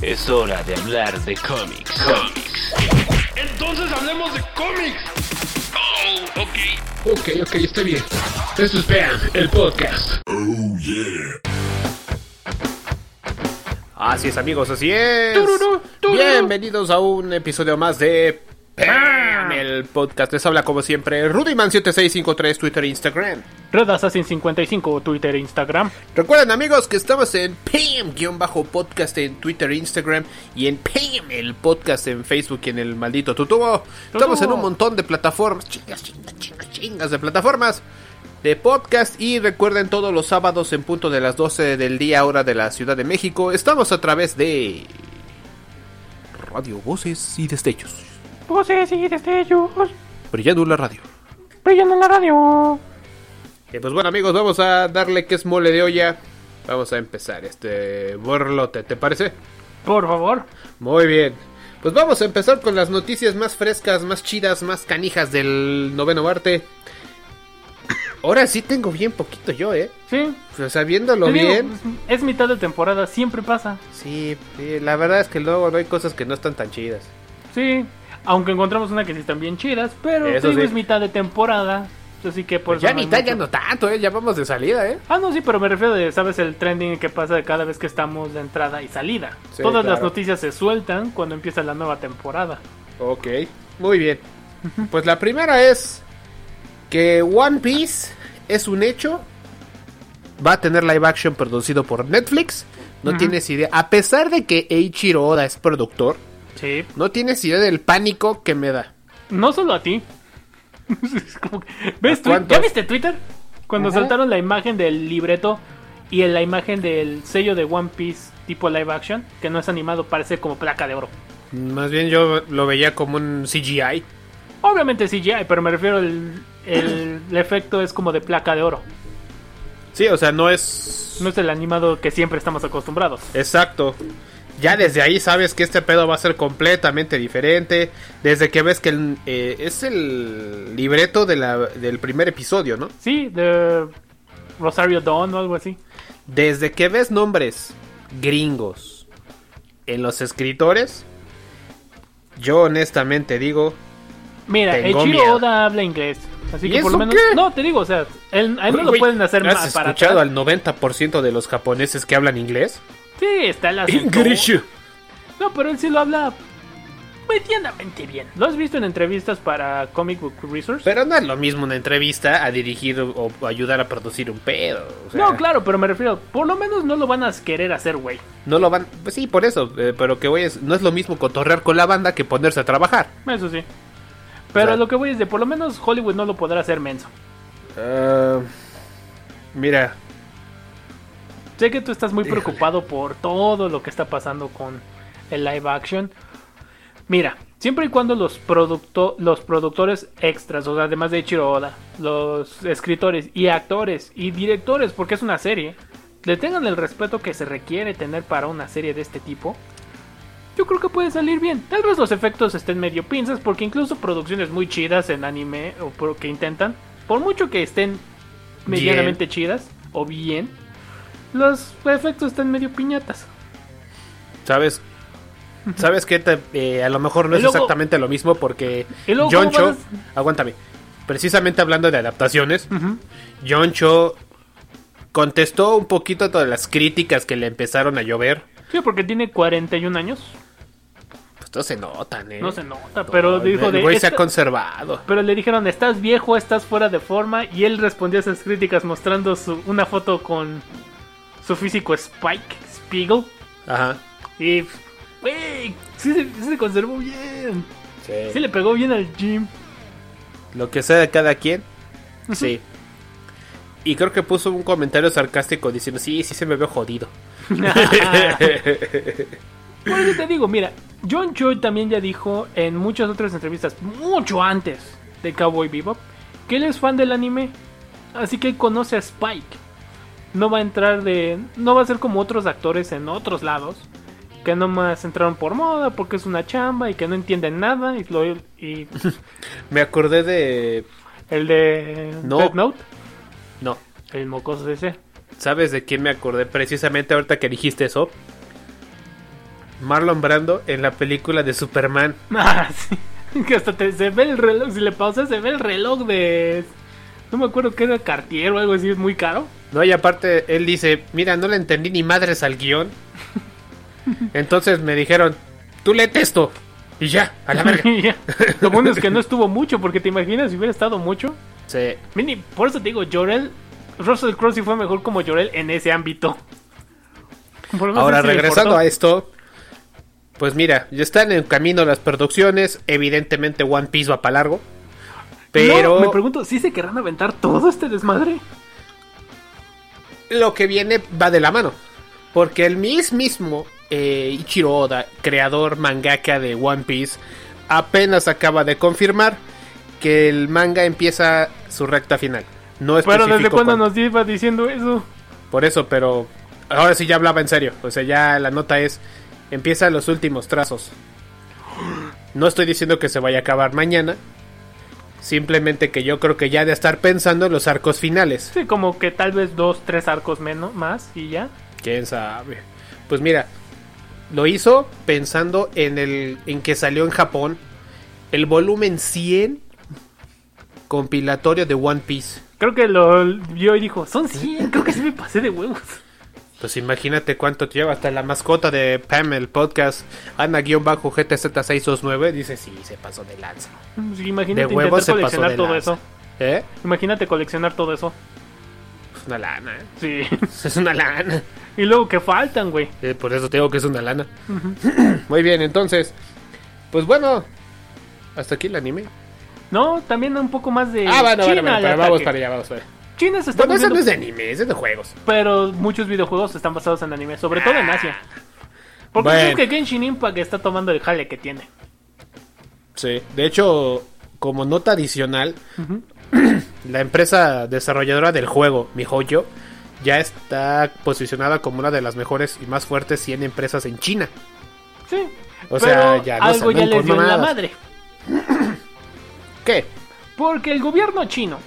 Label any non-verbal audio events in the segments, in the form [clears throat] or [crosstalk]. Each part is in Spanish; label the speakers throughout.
Speaker 1: Es hora de hablar de cómics. Cómics.
Speaker 2: Entonces hablemos de cómics.
Speaker 1: Oh, ok.
Speaker 2: Ok, ok, está bien. Esto es BAM, el podcast.
Speaker 3: Así es amigos, así es.
Speaker 2: Tururú, tururú.
Speaker 3: Bienvenidos a un episodio más de Pam, el podcast. Les habla como siempre Rudyman7653, Twitter e Instagram.
Speaker 4: Red Assassin 55, Twitter e Instagram.
Speaker 3: Recuerden amigos que estamos en Pam-podcast en Twitter e Instagram y en Pam el podcast en Facebook y en el maldito tutubo. Estamos en un montón de plataformas, chingas, chingas, chingas, chingas de plataformas de podcast y recuerden todos los sábados en punto de las 12 del día hora de la Ciudad de México. Estamos a través de Radio Voces y Destellos.
Speaker 4: Voces y destellos,
Speaker 3: Brillando en la radio.
Speaker 4: brillan en la radio.
Speaker 3: Eh, pues bueno amigos, vamos a darle que es mole de olla. Vamos a empezar este borlote, ¿te parece?
Speaker 4: Por favor.
Speaker 3: Muy bien. Pues vamos a empezar con las noticias más frescas, más chidas, más canijas del noveno arte. Ahora sí tengo bien poquito yo, ¿eh?
Speaker 4: Sí.
Speaker 3: O sea, viéndolo
Speaker 4: Te digo, pues,
Speaker 3: bien.
Speaker 4: es- es mitad de temporada, siempre pasa.
Speaker 3: Sí, sí, la verdad es que luego no hay cosas que no están tan chidas.
Speaker 4: Sí. Aunque encontramos una que sí están bien chidas, pero te
Speaker 3: Eso
Speaker 4: digo,
Speaker 3: sí. Pues
Speaker 4: es mitad de temporada. Así que por eso
Speaker 3: ya
Speaker 4: no hay
Speaker 3: mitad, ya
Speaker 4: mucho.
Speaker 3: no tanto, ¿eh? Ya vamos de salida, ¿eh?
Speaker 4: Ah, no, sí, pero me refiero de, ¿sabes? El trending que pasa de cada vez que estamos de entrada y salida.
Speaker 3: Sí,
Speaker 4: Todas las
Speaker 3: claro.
Speaker 4: noticias se sueltan cuando empieza la nueva temporada.
Speaker 3: Ok, muy bien. Pues la primera es que One Piece es un hecho. Va a tener live action producido por Netflix. No tienes idea. A pesar de que Eiichiro Oda es productor,
Speaker 4: Sí.
Speaker 3: no tienes idea del pánico que me da.
Speaker 4: No solo a ti. [laughs] Es como que- ¿Ves
Speaker 3: ¿A
Speaker 4: tu-
Speaker 3: cuántos?
Speaker 4: ¿Ya viste Twitter? Cuando
Speaker 3: Ajá.
Speaker 4: saltaron la imagen del libreto y en la imagen del sello de One Piece tipo live action, que no es animado, parece como placa de oro.
Speaker 3: Más bien yo lo veía como un CGI.
Speaker 4: Obviamente CGI, pero me refiero al el,
Speaker 3: [coughs]
Speaker 4: el efecto es como de placa de oro.
Speaker 3: Sí, o sea, no es...
Speaker 4: No es el animado que siempre estamos acostumbrados.
Speaker 3: Exacto. Ya desde ahí sabes que este pedo va a ser completamente diferente. Desde que ves que el- eh, es el libreto de la- del primer episodio, ¿no?
Speaker 4: Sí, de Rosario Dawn o algo así.
Speaker 3: Desde que ves nombres gringos en los escritores, yo honestamente digo,
Speaker 4: Mira,
Speaker 3: Tengo
Speaker 4: Eiichiro
Speaker 3: miedo.
Speaker 4: Oda habla inglés. Así
Speaker 3: ¿Y
Speaker 4: que por
Speaker 3: eso
Speaker 4: lo menos.
Speaker 3: qué?
Speaker 4: No, te digo, o sea, él, a él no lo
Speaker 3: Güey,
Speaker 4: pueden hacer
Speaker 3: ¿has
Speaker 4: más para
Speaker 3: escuchado
Speaker 4: atrás.
Speaker 3: al 90% de los japoneses que hablan inglés?
Speaker 4: Sí, está el acento. No, pero él sí lo habla medianamente bien. ¿Lo has visto en entrevistas para Comic Book Resource?
Speaker 3: Pero no es lo mismo una entrevista a dirigir o o ayudar a producir un pedo. o sea.
Speaker 4: no, claro, pero me refiero, por lo menos no lo van a querer hacer, güey.
Speaker 3: No lo van. Pues sí, por eso. eh, pero que voy es. No es lo mismo cotorrear con la banda que ponerse a trabajar.
Speaker 4: Eso sí. Pero
Speaker 3: O sea-
Speaker 4: lo que voy es de por lo menos Hollywood no lo podrá hacer menso. Ah,
Speaker 3: mira.
Speaker 4: Sé que tú estás muy preocupado por todo lo que está pasando con el live action. Mira, siempre y cuando los, producto- los productores extras, o sea, además de Ichiro Oda, los escritores y actores y directores, porque es una serie, le tengan el respeto que se requiere tener para una serie de este tipo, yo creo que puede salir bien. Tal vez los efectos estén medio pinzas, porque incluso producciones muy chidas en anime, o por- que intentan, por mucho que estén medianamente chidas, o bien, los efectos están medio piñatas.
Speaker 3: ¿Sabes? ¿Sabes qué? Te- eh, a lo mejor no
Speaker 4: Y
Speaker 3: es
Speaker 4: luego-
Speaker 3: exactamente lo mismo porque.
Speaker 4: Y luego,
Speaker 3: John
Speaker 4: ¿cómo
Speaker 3: Cho.
Speaker 4: vas
Speaker 3: Aguántame. Precisamente hablando de adaptaciones, John Cho contestó un poquito todas las críticas que le empezaron a llover.
Speaker 4: Sí, porque tiene 41 años.
Speaker 3: Pues no se notan, ¿eh?
Speaker 4: No se nota,
Speaker 3: No,
Speaker 4: pero dijo
Speaker 3: el
Speaker 4: de.
Speaker 3: güey se ha
Speaker 4: "Esta-
Speaker 3: conservado.
Speaker 4: Pero le dijeron, estás viejo, estás fuera de forma. Y él respondió a esas críticas mostrando su, una foto con su físico Spike Spiegel.
Speaker 3: Ajá.
Speaker 4: Y. ¡Wey! Sí, se- sí se conservó bien.
Speaker 3: Sí.
Speaker 4: Sí
Speaker 3: [laughs]
Speaker 4: le pegó bien al gym.
Speaker 3: Lo que sea de cada quien. Sí. Y creo que puso un comentario sarcástico diciendo, sí, sí se me veo jodido.
Speaker 4: Ah. Por eso te digo, mira, John Choi también ya dijo en muchas otras entrevistas, mucho antes de Cowboy Bebop, que él es fan del anime, así que conoce a Spike. No va a entrar de. No va a ser como otros actores en otros lados, que nomás entraron por moda, porque es una chamba y que no entienden nada. Y, lo- y
Speaker 3: [laughs] me acordé de...
Speaker 4: el de
Speaker 3: No.
Speaker 4: Death Note,
Speaker 3: No,
Speaker 4: el mocoso ese.
Speaker 3: ¿sabes de quién me acordé precisamente ahorita que dijiste eso? Marlon Brando en la película de Superman.
Speaker 4: [laughs] Ah, sí. Que hasta te- se ve el reloj, si le pausas, se ve el reloj de. No me acuerdo que era Cartier o algo así, es muy caro.
Speaker 3: No, y aparte él dice, mira, no le entendí ni madres al
Speaker 4: [laughs]
Speaker 3: guión. Entonces me dijeron, tú le esto. Y [laughs] ya, a la verga.
Speaker 4: Y ya. Lo bueno es que no estuvo mucho, porque te imaginas si hubiera estado mucho.
Speaker 3: Sí.
Speaker 4: Mini, por eso te digo, Jorel, Russell Crowe sí fue mejor como Jorel en ese ámbito. Por lo menos
Speaker 3: Ahora,
Speaker 4: ese le
Speaker 3: regresando
Speaker 4: importó.
Speaker 3: a esto, pues mira, ya están en camino las producciones. Evidentemente, One Piece va para largo. este, Pero
Speaker 4: No, me pregunto, ¿sí se querrán aventar todo este desmadre?
Speaker 3: lo que viene va de la mano. Porque el mismo eh, Ichiro Oda, creador mangaka de One Piece, apenas acaba de confirmar que el manga empieza su recta final. No es
Speaker 4: Pero desde cuándo nos iba diciendo eso.
Speaker 3: Por eso, pero ahora sí ya hablaba en serio. O sea, ya la nota es, empieza los últimos trazos. No estoy diciendo que se vaya a acabar mañana. Simplemente que yo creo que ya ha de estar pensando en los arcos finales.
Speaker 4: Sí, como que tal vez dos, tres arcos menos, más y ya.
Speaker 3: ¿Quién sabe? Pues mira, lo hizo pensando en el en que salió en Japón el volumen 100 compilatorio de One Piece.
Speaker 4: Creo que lo vio y dijo, son 100, creo que sí me pasé de huevos.
Speaker 3: Pues imagínate cuánto te lleva hasta la mascota de Pam, el podcast, Ana-GTZ629, dice, sí, se pasó de lanza.
Speaker 4: Sí,
Speaker 3: De
Speaker 4: imagínate
Speaker 3: huevos
Speaker 4: intentar
Speaker 3: se pasó de
Speaker 4: coleccionar todo
Speaker 3: lanza.
Speaker 4: eso.
Speaker 3: ¿Eh?
Speaker 4: Imagínate coleccionar todo eso.
Speaker 3: Es una lana, ¿eh?
Speaker 4: Sí. [laughs]
Speaker 3: es una lana. [laughs]
Speaker 4: y luego que faltan, güey.
Speaker 3: Eh, por eso te digo que es una lana. [clears throat] Muy bien, entonces, pues bueno, hasta aquí el anime.
Speaker 4: No, también un poco más de
Speaker 3: ah, bueno, bueno,
Speaker 4: China
Speaker 3: bueno,
Speaker 4: al
Speaker 3: pero vamos
Speaker 4: ataque.
Speaker 3: para allá, vamos para allá.
Speaker 4: China se está
Speaker 3: Bueno, eso no
Speaker 4: moviendo,
Speaker 3: es de anime, es de juegos.
Speaker 4: pero muchos videojuegos están basados en anime, sobre todo en Asia. Porque
Speaker 3: Bueno.
Speaker 4: creo que Genshin Impact está tomando el jale que tiene.
Speaker 3: Sí, de hecho, como nota adicional, [clears throat] la empresa desarrolladora del juego, MiHoYo, ya está posicionada como una de las mejores y más fuertes 100 empresas en China.
Speaker 4: Sí.
Speaker 3: O
Speaker 4: pero
Speaker 3: sea, ya no se
Speaker 4: algo
Speaker 3: andan
Speaker 4: ya les
Speaker 3: con
Speaker 4: dio en la
Speaker 3: mamadas.
Speaker 4: madre.
Speaker 3: ¿Qué?
Speaker 4: Porque el gobierno chino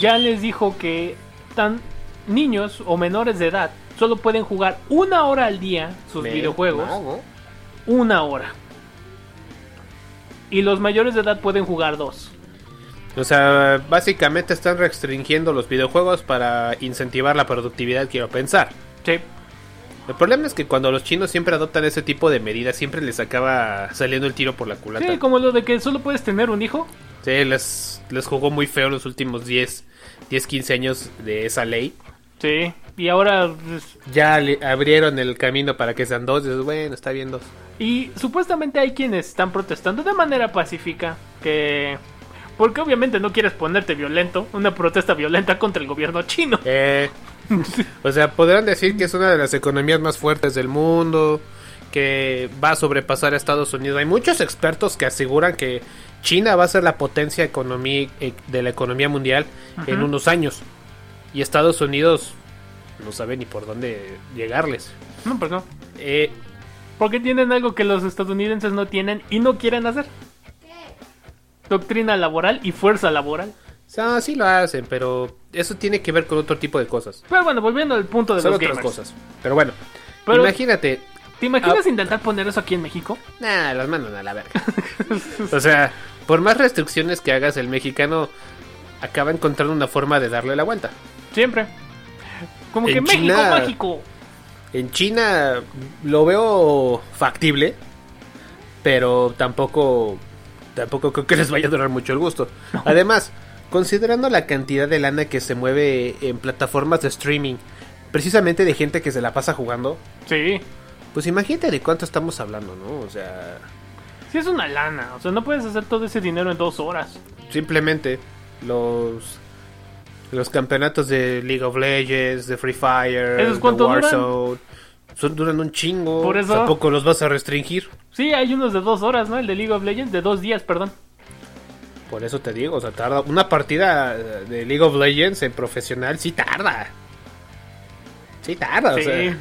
Speaker 4: ya les dijo que tan niños o menores de edad solo pueden jugar una hora al día sus
Speaker 3: Me-
Speaker 4: videojuegos.
Speaker 3: no, no.
Speaker 4: Una hora. Y los mayores de edad pueden jugar dos.
Speaker 3: O sea, básicamente están restringiendo los videojuegos para incentivar la productividad, quiero pensar.
Speaker 4: Sí.
Speaker 3: El problema es que cuando los chinos siempre adoptan ese tipo de medidas, siempre les acaba saliendo el tiro por la culata.
Speaker 4: Sí, como lo de que solo puedes tener un hijo.
Speaker 3: Sí, les, les jugó muy feo los últimos 10, 10, 15 años de esa ley.
Speaker 4: Sí. Y ahora. pues,
Speaker 3: Ya le abrieron el camino para que sean dos. Dices, bueno, está bien dos.
Speaker 4: Y supuestamente hay quienes están protestando de manera pacífica. Que. Porque obviamente no quieres ponerte violento. Una protesta violenta contra el gobierno chino.
Speaker 3: Eh,
Speaker 4: [laughs]
Speaker 3: o sea, podrán decir que es una de las economías más fuertes del mundo, que va a sobrepasar a Estados Unidos. Hay muchos expertos que aseguran que China va a ser la potencia economí- eh, de la economía mundial en unos años. Y Estados Unidos no sabe ni por dónde llegarles.
Speaker 4: No, pues no.
Speaker 3: Eh,
Speaker 4: Porque tienen algo que los estadounidenses no tienen y no quieren hacer. Doctrina laboral y fuerza laboral.
Speaker 3: O sea, sí lo hacen, pero eso tiene que ver con otro tipo de cosas.
Speaker 4: Pero bueno, volviendo al punto de
Speaker 3: Son
Speaker 4: los
Speaker 3: otras
Speaker 4: gamers.
Speaker 3: cosas. Ah. Pero bueno,
Speaker 4: Pero-
Speaker 3: imagínate.
Speaker 4: ¿Te imaginas intentar poner eso aquí en México?
Speaker 3: Nah, las mandan a la verga. o sea, por más restricciones que hagas, el mexicano acaba encontrando una forma de darle la vuelta.
Speaker 4: Siempre. Como
Speaker 3: En
Speaker 4: que México
Speaker 3: China-
Speaker 4: mágico.
Speaker 3: En China lo veo factible, pero tampoco, tampoco creo que les vaya a durar mucho el gusto. Además, considerando la cantidad de lana que se mueve en plataformas de streaming, precisamente de gente que se la pasa jugando,
Speaker 4: Sí.
Speaker 3: Pues imagínate de cuánto estamos hablando, ¿no? O sea,
Speaker 4: Sí es una lana. O sea, no puedes hacer todo ese dinero en dos horas.
Speaker 3: simplemente los Los campeonatos de League of Legends, de Free Fire,
Speaker 4: ¿Esos
Speaker 3: de
Speaker 4: cuánto duran?
Speaker 3: Warzone. Son, duran un chingo.
Speaker 4: Por eso-
Speaker 3: Tampoco los vas a restringir.
Speaker 4: Sí, hay unos de dos horas, ¿no? El de League of Legends, de dos días, perdón.
Speaker 3: Por eso te digo, o sea, tarda. Una partida de League of Legends en profesional sí tarda. Sí tarda, Ah, o
Speaker 4: sí.
Speaker 3: sea.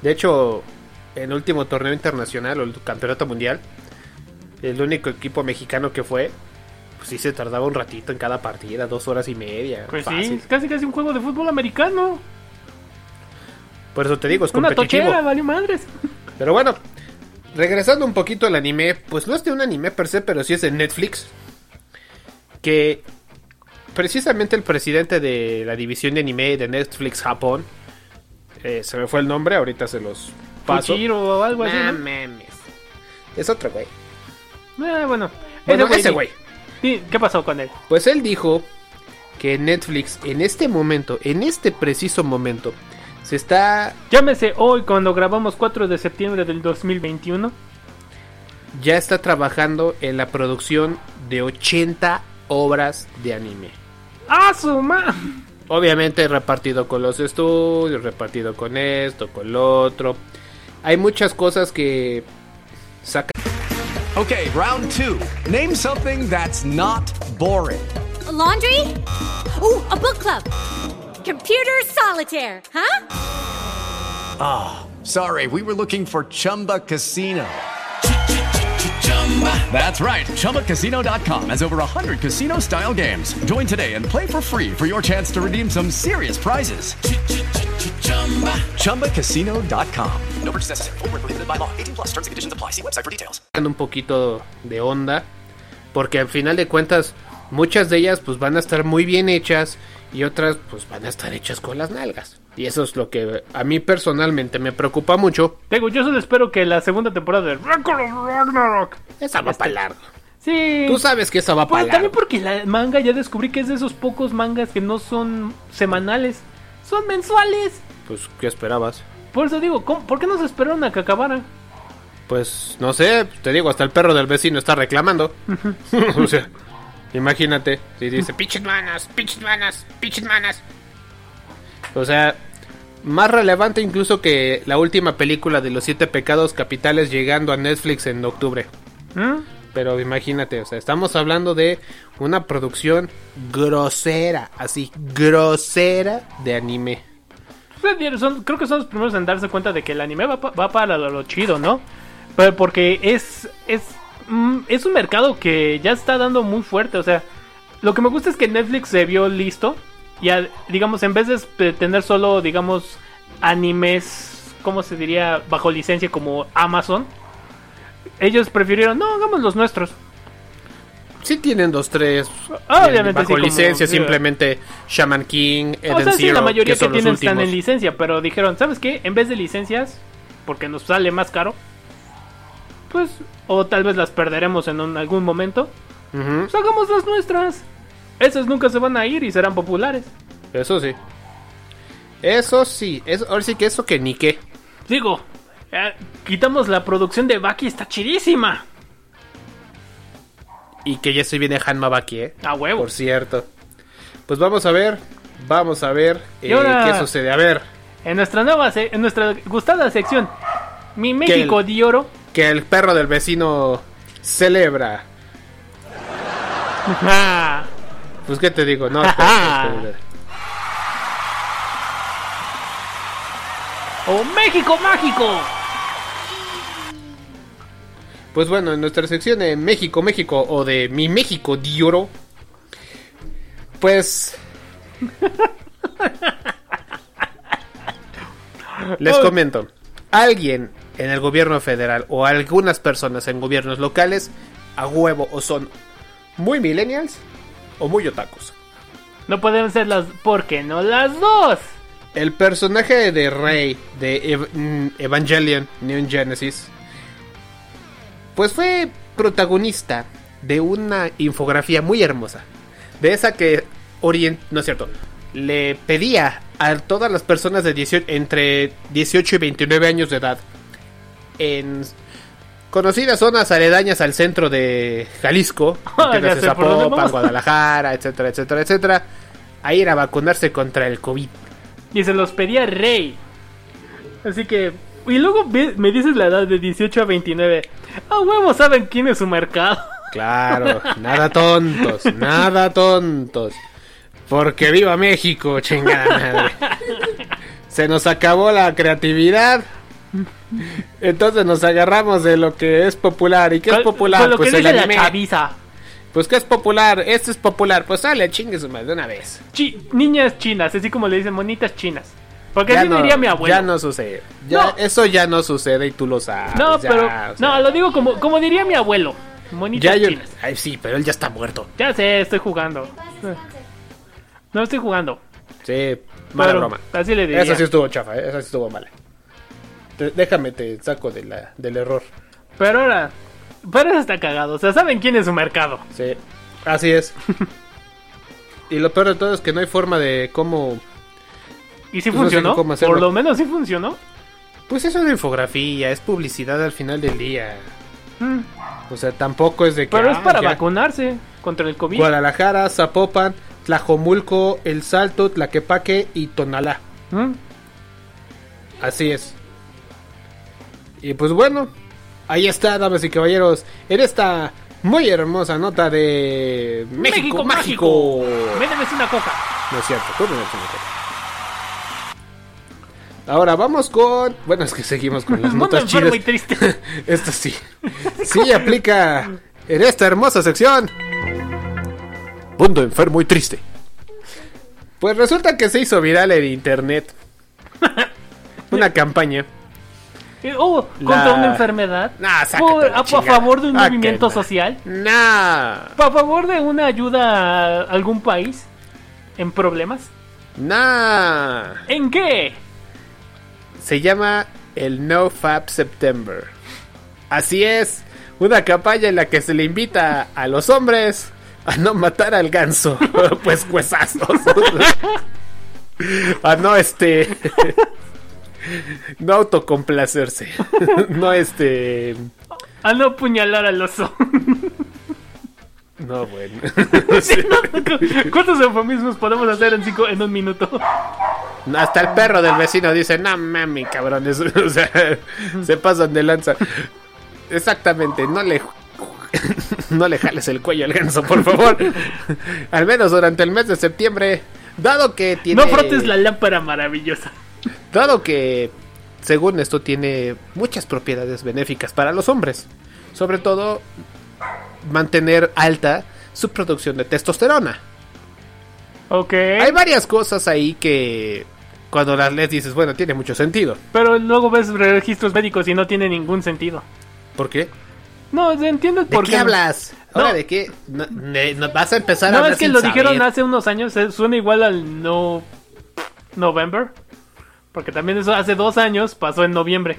Speaker 3: De hecho, el último torneo internacional o el campeonato mundial, el único equipo mexicano que fue, pues sí se tardaba un ratito en cada partida, dos horas y media.
Speaker 4: Pues sí,
Speaker 3: fácil.
Speaker 4: es casi casi un juego de fútbol americano.
Speaker 3: Por eso te digo, es
Speaker 4: Una
Speaker 3: Pues competitivo.
Speaker 4: tochera, valió madres.
Speaker 3: Pero bueno, regresando un poquito al anime, pues no es de un anime per se, pero sí es de Netflix. Que precisamente el presidente de la división de anime de Netflix Japón, eh, se me fue el nombre, ahorita se los paso.
Speaker 4: Fuchiro o algo así.
Speaker 3: Nah,
Speaker 4: ¿no?
Speaker 3: mames. Es otro güey.
Speaker 4: Eh, bueno,
Speaker 3: Bueno,
Speaker 4: Ese güey,
Speaker 3: ese güey.
Speaker 4: sí, ¿Qué pasó con él?
Speaker 3: Pues él dijo que Netflix en este momento, en este preciso momento, se está
Speaker 4: Llámese hoy cuando grabamos 4 de septiembre del 2021.
Speaker 3: ya está trabajando en la producción de 80 obras de anime.
Speaker 4: ¡Ah, su ma!
Speaker 3: Obviamente repartido con los estudios, repartido con esto, con lo otro. Hay muchas cosas que saca
Speaker 5: Okay, round two. Name something that's not boring.
Speaker 6: A laundry? Ooh, a book club. Computer solitaire, huh?
Speaker 5: Sorry, we were looking for Chumba Casino. That's right. ChumbaCasino.com has over 100 casino style games. Join today and play for free for your chance to redeem some serious prizes. ChumbaCasino.com. No purchase necessary. Void where prohibited by law. 18 plus terms and conditions apply. See website for details.
Speaker 3: un poquito de onda. Porque al final de cuentas, muchas de ellas pues van a estar muy bien hechas y otras pues van a estar hechas con las nalgas. Y eso es lo que a mí personalmente me preocupa mucho.
Speaker 4: Digo, yo solo espero que la segunda temporada de Record of Ragnarok.
Speaker 3: Esa va para largo.
Speaker 4: Sí.
Speaker 3: Tú sabes que esa va para
Speaker 4: Este, Pues
Speaker 3: largo.
Speaker 4: también porque la manga ya descubrí que es de esos pocos mangas que no son semanales, son mensuales.
Speaker 3: Pues, ¿qué esperabas?
Speaker 4: Por eso digo, ¿cómo- ¿por qué no se esperaron a que acabara?
Speaker 3: Pues no sé, te digo, hasta el perro del vecino está reclamando. [laughs] o sea, imagínate, si dice pinches manas, pinches manas, pinches manas. O sea, más relevante incluso que la última película de los siete pecados capitales llegando a Netflix en octubre.
Speaker 4: ¿Mm?
Speaker 3: Pero imagínate, o sea, estamos hablando de una producción grosera, así, grosera de anime.
Speaker 4: Ustedes Pues, son- creo que son los primeros en darse cuenta de que el anime va, pa- va para lo, lo chido, ¿no? Pero porque es, es, mm, es un mercado que ya está dando muy fuerte. O sea, lo que me gusta es que Netflix se vio listo. Ya, digamos, en vez de esp- tener solo, digamos, animes, ¿cómo se diría? Bajo licencia como Amazon. Ellos prefirieron, no, hagamos los nuestros.
Speaker 3: Sí tienen dos, tres.
Speaker 4: Ah,
Speaker 3: bien,
Speaker 4: obviamente
Speaker 3: bajo
Speaker 4: sí, como-
Speaker 3: licencia,
Speaker 4: sí,
Speaker 3: simplemente Shaman King, Eden
Speaker 4: o sea, sí, la
Speaker 3: Zero,
Speaker 4: mayoría que,
Speaker 3: son los
Speaker 4: tienen están en
Speaker 3: últimos.
Speaker 4: licencia, pero dijeron, ¿sabes qué? En vez de licencias, porque nos sale más caro, pues, o tal vez las perderemos en un- algún momento, pues hagamos las nuestras. Esas nunca se van a ir y serán populares.
Speaker 3: Eso sí. Eso sí, es, ahora sí que eso que ni qué.
Speaker 4: Digo, eh, quitamos la producción de Baki, está chidísima.
Speaker 3: Y que ya se viene Hanma Baki, ¿eh?
Speaker 4: A huevo.
Speaker 3: Por cierto. Pues vamos a ver, vamos a ver
Speaker 4: Y
Speaker 3: eh,
Speaker 4: ahora-
Speaker 3: qué sucede. A ver,
Speaker 4: En nuestra nueva, se- en nuestra gustada sección, Mi
Speaker 3: el-
Speaker 4: México de Oro, [laughs]
Speaker 3: que el perro del vecino celebra.
Speaker 4: Ah,
Speaker 3: Pues qué te digo, no. espera,
Speaker 4: [laughs] Ajá.
Speaker 3: espera.
Speaker 4: o México Mágico.
Speaker 3: Pues bueno, en nuestra sección de México, México o de mi México de oro, pues les comento, alguien en el gobierno federal o algunas personas en gobiernos locales a huevo o son muy millennials o muy otakus.
Speaker 4: No pueden ser las, ¿por qué no las dos?
Speaker 3: El personaje de Rey de Ev- mm, Evangelion Neon Genesis, pues fue protagonista de una infografía muy hermosa. De esa que Orient, no es cierto, le pedía a todas las personas de 18 entre 18 y 29 años de edad en conocidas zonas aledañas al centro de Jalisco,
Speaker 4: Ah, ya [laughs]
Speaker 3: entiéndase
Speaker 4: sé por dónde
Speaker 3: Zapopan,
Speaker 4: vamos.
Speaker 3: Guadalajara, etcétera, etcétera, etcétera, a ir a vacunarse contra el COVID.
Speaker 4: Y se los pedía Rey. Así que. Y luego ve- me dices la edad de 18 a 29. Ah, huevo, saben quién es su mercado.
Speaker 3: Claro, nada tontos, nada tontos. Porque viva México, chingada madre. Se nos acabó la creatividad. Entonces nos agarramos de lo que es popular. ¿Y qué es
Speaker 4: Con-
Speaker 3: popular?
Speaker 4: con lo
Speaker 3: pues
Speaker 4: que
Speaker 3: el
Speaker 4: dice
Speaker 3: anime.
Speaker 4: la chaviza.
Speaker 3: Pues qué es popular, este es popular. Pues sale, chingue su madre de una vez.
Speaker 4: Chi- niñas chinas, así como le dicen monitas chinas. Porque
Speaker 3: Ya
Speaker 4: así
Speaker 3: no,
Speaker 4: diría mi abuelo.
Speaker 3: ya no sucede. Ya,
Speaker 4: No.
Speaker 3: Eso ya no sucede y tú lo sabes.
Speaker 4: No,
Speaker 3: pues ya,
Speaker 4: pero.
Speaker 3: o sea,
Speaker 4: No, lo digo como, como diría mi abuelo. Monitas
Speaker 3: ya yo-
Speaker 4: chinas.
Speaker 3: Ay, sí, pero él ya está muerto.
Speaker 4: Ya sé, estoy jugando. No estoy jugando.
Speaker 3: Sí, mala
Speaker 4: Pero
Speaker 3: broma.
Speaker 4: Así le diría.
Speaker 3: Esa sí estuvo chafa, ¿eh? esa sí estuvo mala. Te- déjame, te saco de la- del error.
Speaker 4: Pero ahora. Pero eso está cagado. O sea, saben quién es su mercado.
Speaker 3: Sí, así
Speaker 4: [laughs]
Speaker 3: es. y lo peor de todo es que no hay forma de cómo...
Speaker 4: Y sí
Speaker 3: Pues no sé
Speaker 4: funcionó.
Speaker 3: cómo hacerlo.
Speaker 4: Por lo menos sí funcionó.
Speaker 3: Pues es una infografía, es publicidad al final del día.
Speaker 4: Mm,
Speaker 3: O sea, tampoco es de que...
Speaker 4: Pero es
Speaker 3: ah,
Speaker 4: para
Speaker 3: ya.
Speaker 4: vacunarse contra el COVID.
Speaker 3: Guadalajara, Zapopan, Tlajomulco, El Salto, Tlaquepaque y Tonalá.
Speaker 4: Mm,
Speaker 3: Así es. Y pues bueno, ahí está, damas y caballeros, en esta muy hermosa nota de México, Mágico.
Speaker 4: Me debes una coca.
Speaker 3: No es cierto, tú no eres un mujer. Ahora vamos con. Bueno, es que seguimos con
Speaker 4: [laughs]
Speaker 3: las
Speaker 4: Mundo
Speaker 3: notas
Speaker 4: enfermo
Speaker 3: chidas.
Speaker 4: y triste.
Speaker 3: [laughs] Esto
Speaker 4: [laughs]
Speaker 3: sí. Sí aplica en esta hermosa sección. Mundo enfermo y triste. Pues resulta que se hizo viral en
Speaker 4: [laughs]
Speaker 3: internet. Una campaña.
Speaker 4: Eh, Oh, contra
Speaker 3: La-
Speaker 4: una enfermedad.
Speaker 3: Nah, sácate
Speaker 4: Por-
Speaker 3: la
Speaker 4: a, a
Speaker 3: chingada.
Speaker 4: favor de un
Speaker 3: Ah,
Speaker 4: movimiento
Speaker 3: qué mal.
Speaker 4: social.
Speaker 3: Nah.
Speaker 4: A favor de una ayuda a algún país en problemas.
Speaker 3: Nah.
Speaker 4: ¿En qué?
Speaker 3: Se llama el No Fab September. Así es, una campaña en la que se le invita a los hombres a no matar al ganso, [laughs] pues huesazos. [laughs] a no este [laughs] no autocomplacerse. [laughs] no este
Speaker 4: A no apuñalar al oso.
Speaker 3: [laughs] no bueno. [laughs]
Speaker 4: ¿Cuántos eufemismos podemos hacer en, cinco, en un minuto?
Speaker 3: Hasta el perro del vecino dice, no mami, cabrones. [laughs] O sea, se pasan de lanza. Exactamente, no le... No le jales el cuello al ganso, por favor. al menos durante el mes de septiembre. Dado que tiene...
Speaker 4: No frotes la lámpara maravillosa.
Speaker 3: Dado que, según esto, tiene muchas propiedades benéficas para los hombres. Sobre todo, mantener alta su producción de testosterona.
Speaker 4: Ok.
Speaker 3: Hay varias cosas ahí que... Cuando las lees dices, bueno, tiene mucho sentido.
Speaker 4: Pero luego ves registros médicos y no tiene ningún sentido.
Speaker 3: ¿Por qué?
Speaker 4: No, entiendo
Speaker 3: ¿De
Speaker 4: por
Speaker 3: qué hablas? ¿Ahora
Speaker 4: No.
Speaker 3: de qué? No, ne- no- vas a empezar a
Speaker 4: No,
Speaker 3: hablar
Speaker 4: es que
Speaker 3: sin
Speaker 4: lo
Speaker 3: saber.
Speaker 4: dijeron hace unos años, eh, suena igual al no November. Porque también eso hace dos años pasó en noviembre.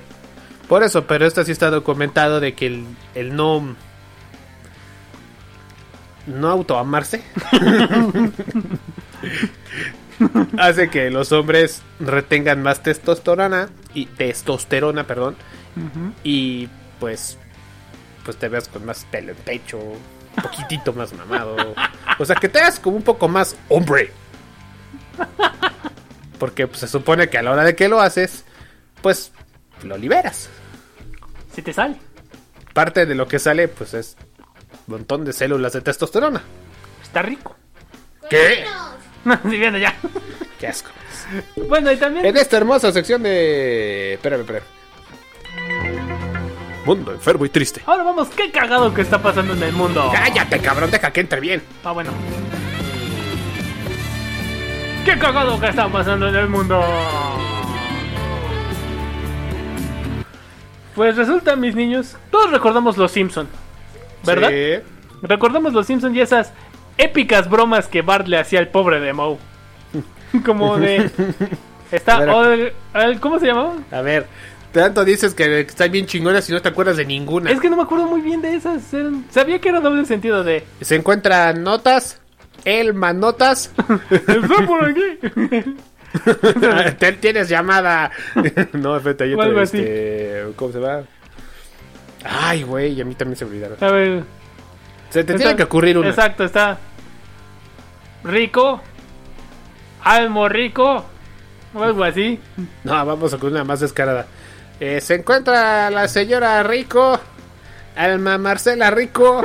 Speaker 3: Por eso, pero esto sí está documentado de que el, el no... No autoamarse. [laughs] hace que los hombres retengan más testosterona y testosterona, perdón. Y pues pues te veas con más pelo en pecho, un poquitito más mamado. O sea, que te veas como un poco más hombre. Porque pues, se supone que a la hora de que lo haces, pues lo liberas.
Speaker 4: Si te sale.
Speaker 3: Parte de lo que sale, pues es un montón de células de testosterona.
Speaker 4: Está rico. [laughs]
Speaker 3: ¿Qué?
Speaker 4: Sí, viene ya.
Speaker 3: Qué asco.
Speaker 4: Bueno, y también
Speaker 3: En esta hermosa sección de... Espérame, espérame. Mundo enfermo y triste.
Speaker 4: ahora vamos, qué cagado que está pasando en el mundo.
Speaker 3: Cállate, cabrón, deja que entre bien.
Speaker 4: Ah, bueno. Qué cagado que está pasando en el mundo. Pues resulta, mis niños, todos recordamos los Simpson, ¿verdad?
Speaker 3: Sí.
Speaker 4: Recordamos los Simpsons y esas épicas bromas que Bart le hacía al pobre de Moe. [laughs] Como de. Está.
Speaker 3: A ver.
Speaker 4: Ol- Ol- ¿Cómo se llamaba?
Speaker 3: A ver, tanto dices que están bien chingonas y no te acuerdas de ninguna.
Speaker 4: Es que no me acuerdo muy bien de esas. eran- Sabía que era doble sentido de.
Speaker 3: Se encuentran notas, el
Speaker 4: [laughs]
Speaker 3: manotas,
Speaker 4: ¡Está por aquí!
Speaker 3: [laughs] te- tienes llamada. [laughs] no, espérate, yo
Speaker 4: O algo
Speaker 3: te,
Speaker 4: así.
Speaker 3: este, ¿cómo se va? Ay, güey, y a mí también se me olvidaron.
Speaker 4: A ver.
Speaker 3: Se te
Speaker 4: está-
Speaker 3: tiene que ocurrir una.
Speaker 4: Exacto, está. Rico. almo rico o algo así. [laughs]
Speaker 3: No, vamos con una más descarada. Eh, se encuentra la señora Rico, Alma Marcela Rico,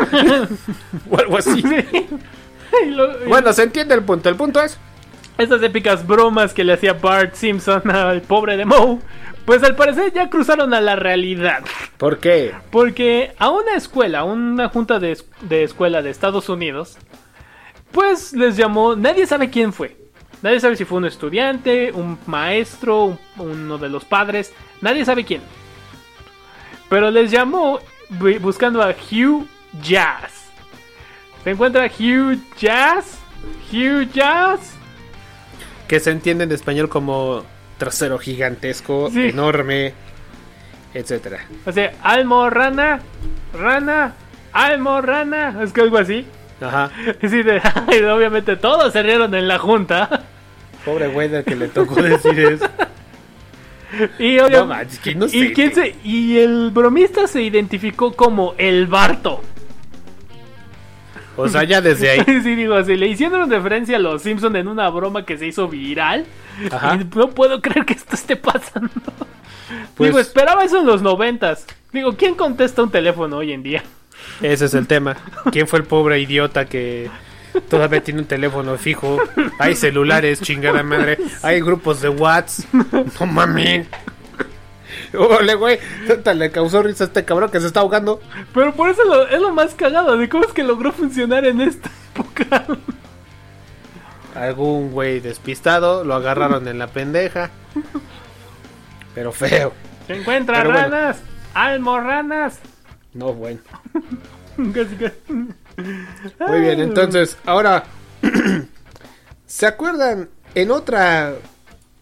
Speaker 3: o algo así.
Speaker 4: Y lo- y
Speaker 3: Bueno, se entiende el punto. El punto es.
Speaker 4: Estas épicas bromas que le hacía Bart Simpson al pobre de Moe, pues al parecer ya cruzaron a la realidad.
Speaker 3: ¿Por qué?
Speaker 4: Porque a una escuela, una junta de, es- de escuela de Estados Unidos, pues les llamó, nadie sabe quién fue. Nadie sabe si fue un estudiante, un maestro, un- uno de los padres, nadie sabe quién. Pero les llamó bu- buscando a Hugh Jazz. ¿Se encuentra Hugh Jazz? Hugh Jazz.
Speaker 3: Que se entiende en español como trasero gigantesco,
Speaker 4: Sí.
Speaker 3: enorme, etcétera.
Speaker 4: O sea, Almo Rana, Rana, Almo Rana. Es que algo así.
Speaker 3: Ajá.
Speaker 4: [laughs] Sí, de- ay, obviamente todos se rieron en la junta.
Speaker 3: Pobre güey del que le tocó decir eso.
Speaker 4: Y, obvio-
Speaker 3: No manches, qué inocente.
Speaker 4: y, quién se- y el bromista se identificó como el Barto. [laughs]
Speaker 3: O sea, ya desde ahí.
Speaker 4: Sí, digo así, le hicieron referencia a los Simpson en una broma que se hizo viral.
Speaker 3: Ajá.
Speaker 4: Y no puedo creer que esto esté pasando.
Speaker 3: [laughs] Pues-
Speaker 4: Digo, esperaba eso en los noventas. Digo, ¿quién contesta un teléfono hoy en día?
Speaker 3: Ese es el tema. ¿Quién fue el pobre idiota que todavía tiene un teléfono fijo? Hay celulares, chingada madre. Hay grupos de WhatsApp. No mames. Ole, güey. Tanta le causó risa a este cabrón que se está ahogando.
Speaker 4: Pero por eso lo- es lo más cagado de cómo es que logró funcionar en esta [laughs] época.
Speaker 3: Algún güey despistado lo agarraron en la pendeja. Pero feo.
Speaker 4: Se encuentran
Speaker 3: Pero bueno.
Speaker 4: ranas, almorranas.
Speaker 3: No, bueno.
Speaker 4: Casi, casi.
Speaker 3: Muy bien, entonces, ahora. [clears throat] ¿Se acuerdan en otra.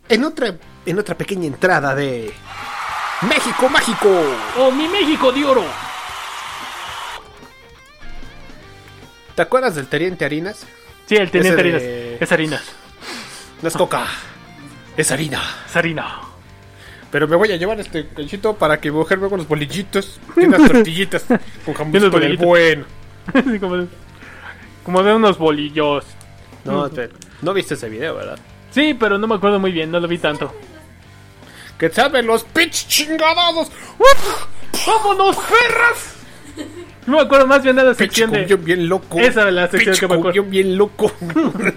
Speaker 3: En otra. En otra pequeña entrada de. ¡México Mágico!
Speaker 4: ¡Oh, mi México de oro!
Speaker 3: ¿Te acuerdas del Teniente Harinas?
Speaker 4: Sí, el
Speaker 3: Ese
Speaker 4: teniente harinas.
Speaker 3: de-
Speaker 4: Es harinas.
Speaker 3: No es coca, es harina.
Speaker 4: Es harina. [laughs]
Speaker 3: Pero me voy a llevar este cachito para que mi mujer me haga unos bolillitos y unas tortillitas con jamoncito del
Speaker 4: bolillitos.
Speaker 3: bueno.
Speaker 4: Así como, de, como de unos bolillos.
Speaker 3: No, te- no viste ese video, ¿verdad?
Speaker 4: Sí, pero no me acuerdo muy bien, no lo vi tanto.
Speaker 3: ¡Que saben los pinches chingadados!
Speaker 4: ¡Vámonos, perras! No me acuerdo más bien de la
Speaker 3: Pinche
Speaker 4: sección de...
Speaker 3: cumbión bien loco.
Speaker 4: Esa es la sección
Speaker 3: Pinche
Speaker 4: que me acuerdo.
Speaker 3: cumbión bien loco.
Speaker 4: [laughs]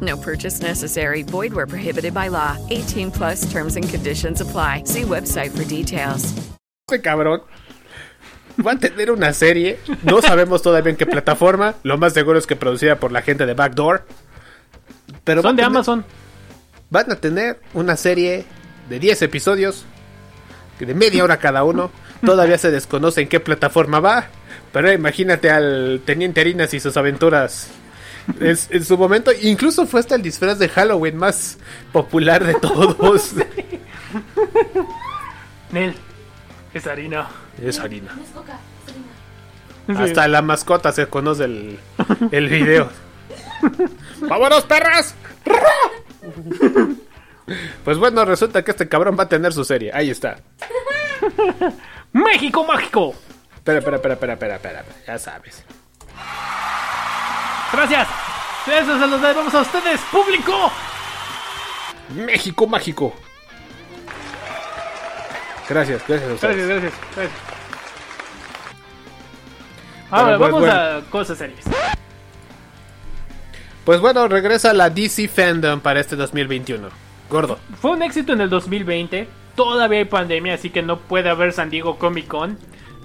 Speaker 7: No purchase necessary. Void where prohibited by law. 18 plus terms and conditions apply. See website for details.
Speaker 3: este cabrón va a tener una serie. No sabemos todavía en qué plataforma. Lo más seguro es que producida por la gente de Backdoor. Pero va a
Speaker 4: Son de
Speaker 3: tener-
Speaker 4: Amazon.
Speaker 3: Van a tener una serie de 10 episodios. De media hora cada [laughs] uno. Todavía se desconoce en qué plataforma va. Pero imagínate al Teniente Harinas y sus aventuras. Es- en su momento, incluso fue hasta el disfraz de Halloween más popular de [laughs] todos.
Speaker 4: Nel. Es harina.
Speaker 3: Es harina. Hasta la mascota se conoce el, el video. [laughs] ¡Vámonos, perras! [laughs] pues bueno, resulta que este cabrón va a tener su serie. Ahí está.
Speaker 4: ¡México mágico!
Speaker 3: Espera, espera, espera, espera, espera, espera. Ya sabes.
Speaker 4: ¡Gracias! Eso se los debemos a ustedes, público.
Speaker 3: México mágico. Gracias, gracias a ustedes.
Speaker 4: Gracias, gracias, gracias. Ahora
Speaker 3: Bueno, pues,
Speaker 4: vamos
Speaker 3: bueno.
Speaker 4: a cosas serias.
Speaker 3: Pues bueno, regresa la DC Fandom para este 2021. Gordo.
Speaker 4: Fue un éxito en el 2020. Todavía hay pandemia, así que no puede haber San Diego Comic Con.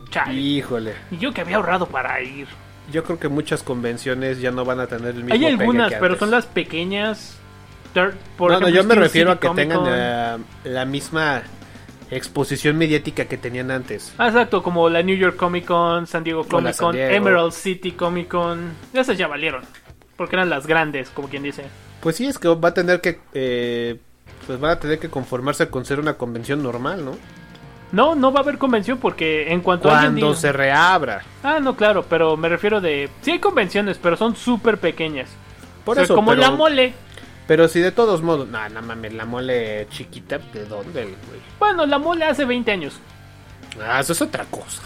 Speaker 4: Chale.
Speaker 3: Híjole.
Speaker 4: Y yo que había ahorrado para ir.
Speaker 3: Yo creo que muchas convenciones ya no van a tener el mismo
Speaker 4: Hay
Speaker 3: pegue
Speaker 4: algunas,
Speaker 3: que
Speaker 4: pero
Speaker 3: antes.
Speaker 4: son las pequeñas. Ter- por
Speaker 3: no, no,
Speaker 4: ejemplo,
Speaker 3: yo me
Speaker 4: Steel
Speaker 3: refiero
Speaker 4: City
Speaker 3: a que
Speaker 4: Comic
Speaker 3: tengan
Speaker 4: Con.
Speaker 3: eh, la misma exposición mediática que tenían antes.
Speaker 4: Ah, exacto, como la New York Comic Con, San Diego
Speaker 3: O la
Speaker 4: Comic
Speaker 3: San
Speaker 4: Con,
Speaker 3: Diego.
Speaker 4: Emerald City Comic Con. Esas ya valieron. Porque eran las grandes, como quien dice.
Speaker 3: Pues sí, es que va a tener que. eh, pues van a tener que conformarse con ser una convención normal, ¿no?
Speaker 4: Pues, No, no va a haber convención porque en cuanto hayan
Speaker 3: Cuando
Speaker 4: dinero-
Speaker 3: se reabra.
Speaker 4: Ah, no, claro, pero me refiero de... Sí hay convenciones, pero son súper pequeñas.
Speaker 3: Por
Speaker 4: O sea,
Speaker 3: eso,
Speaker 4: como
Speaker 3: pero-
Speaker 4: la mole.
Speaker 3: Pero si de todos modos. No, no mames, la mole chiquita, ¿de dónde, güey?
Speaker 4: Bueno, la mole hace 20 años.
Speaker 3: Ah, eso es otra cosa.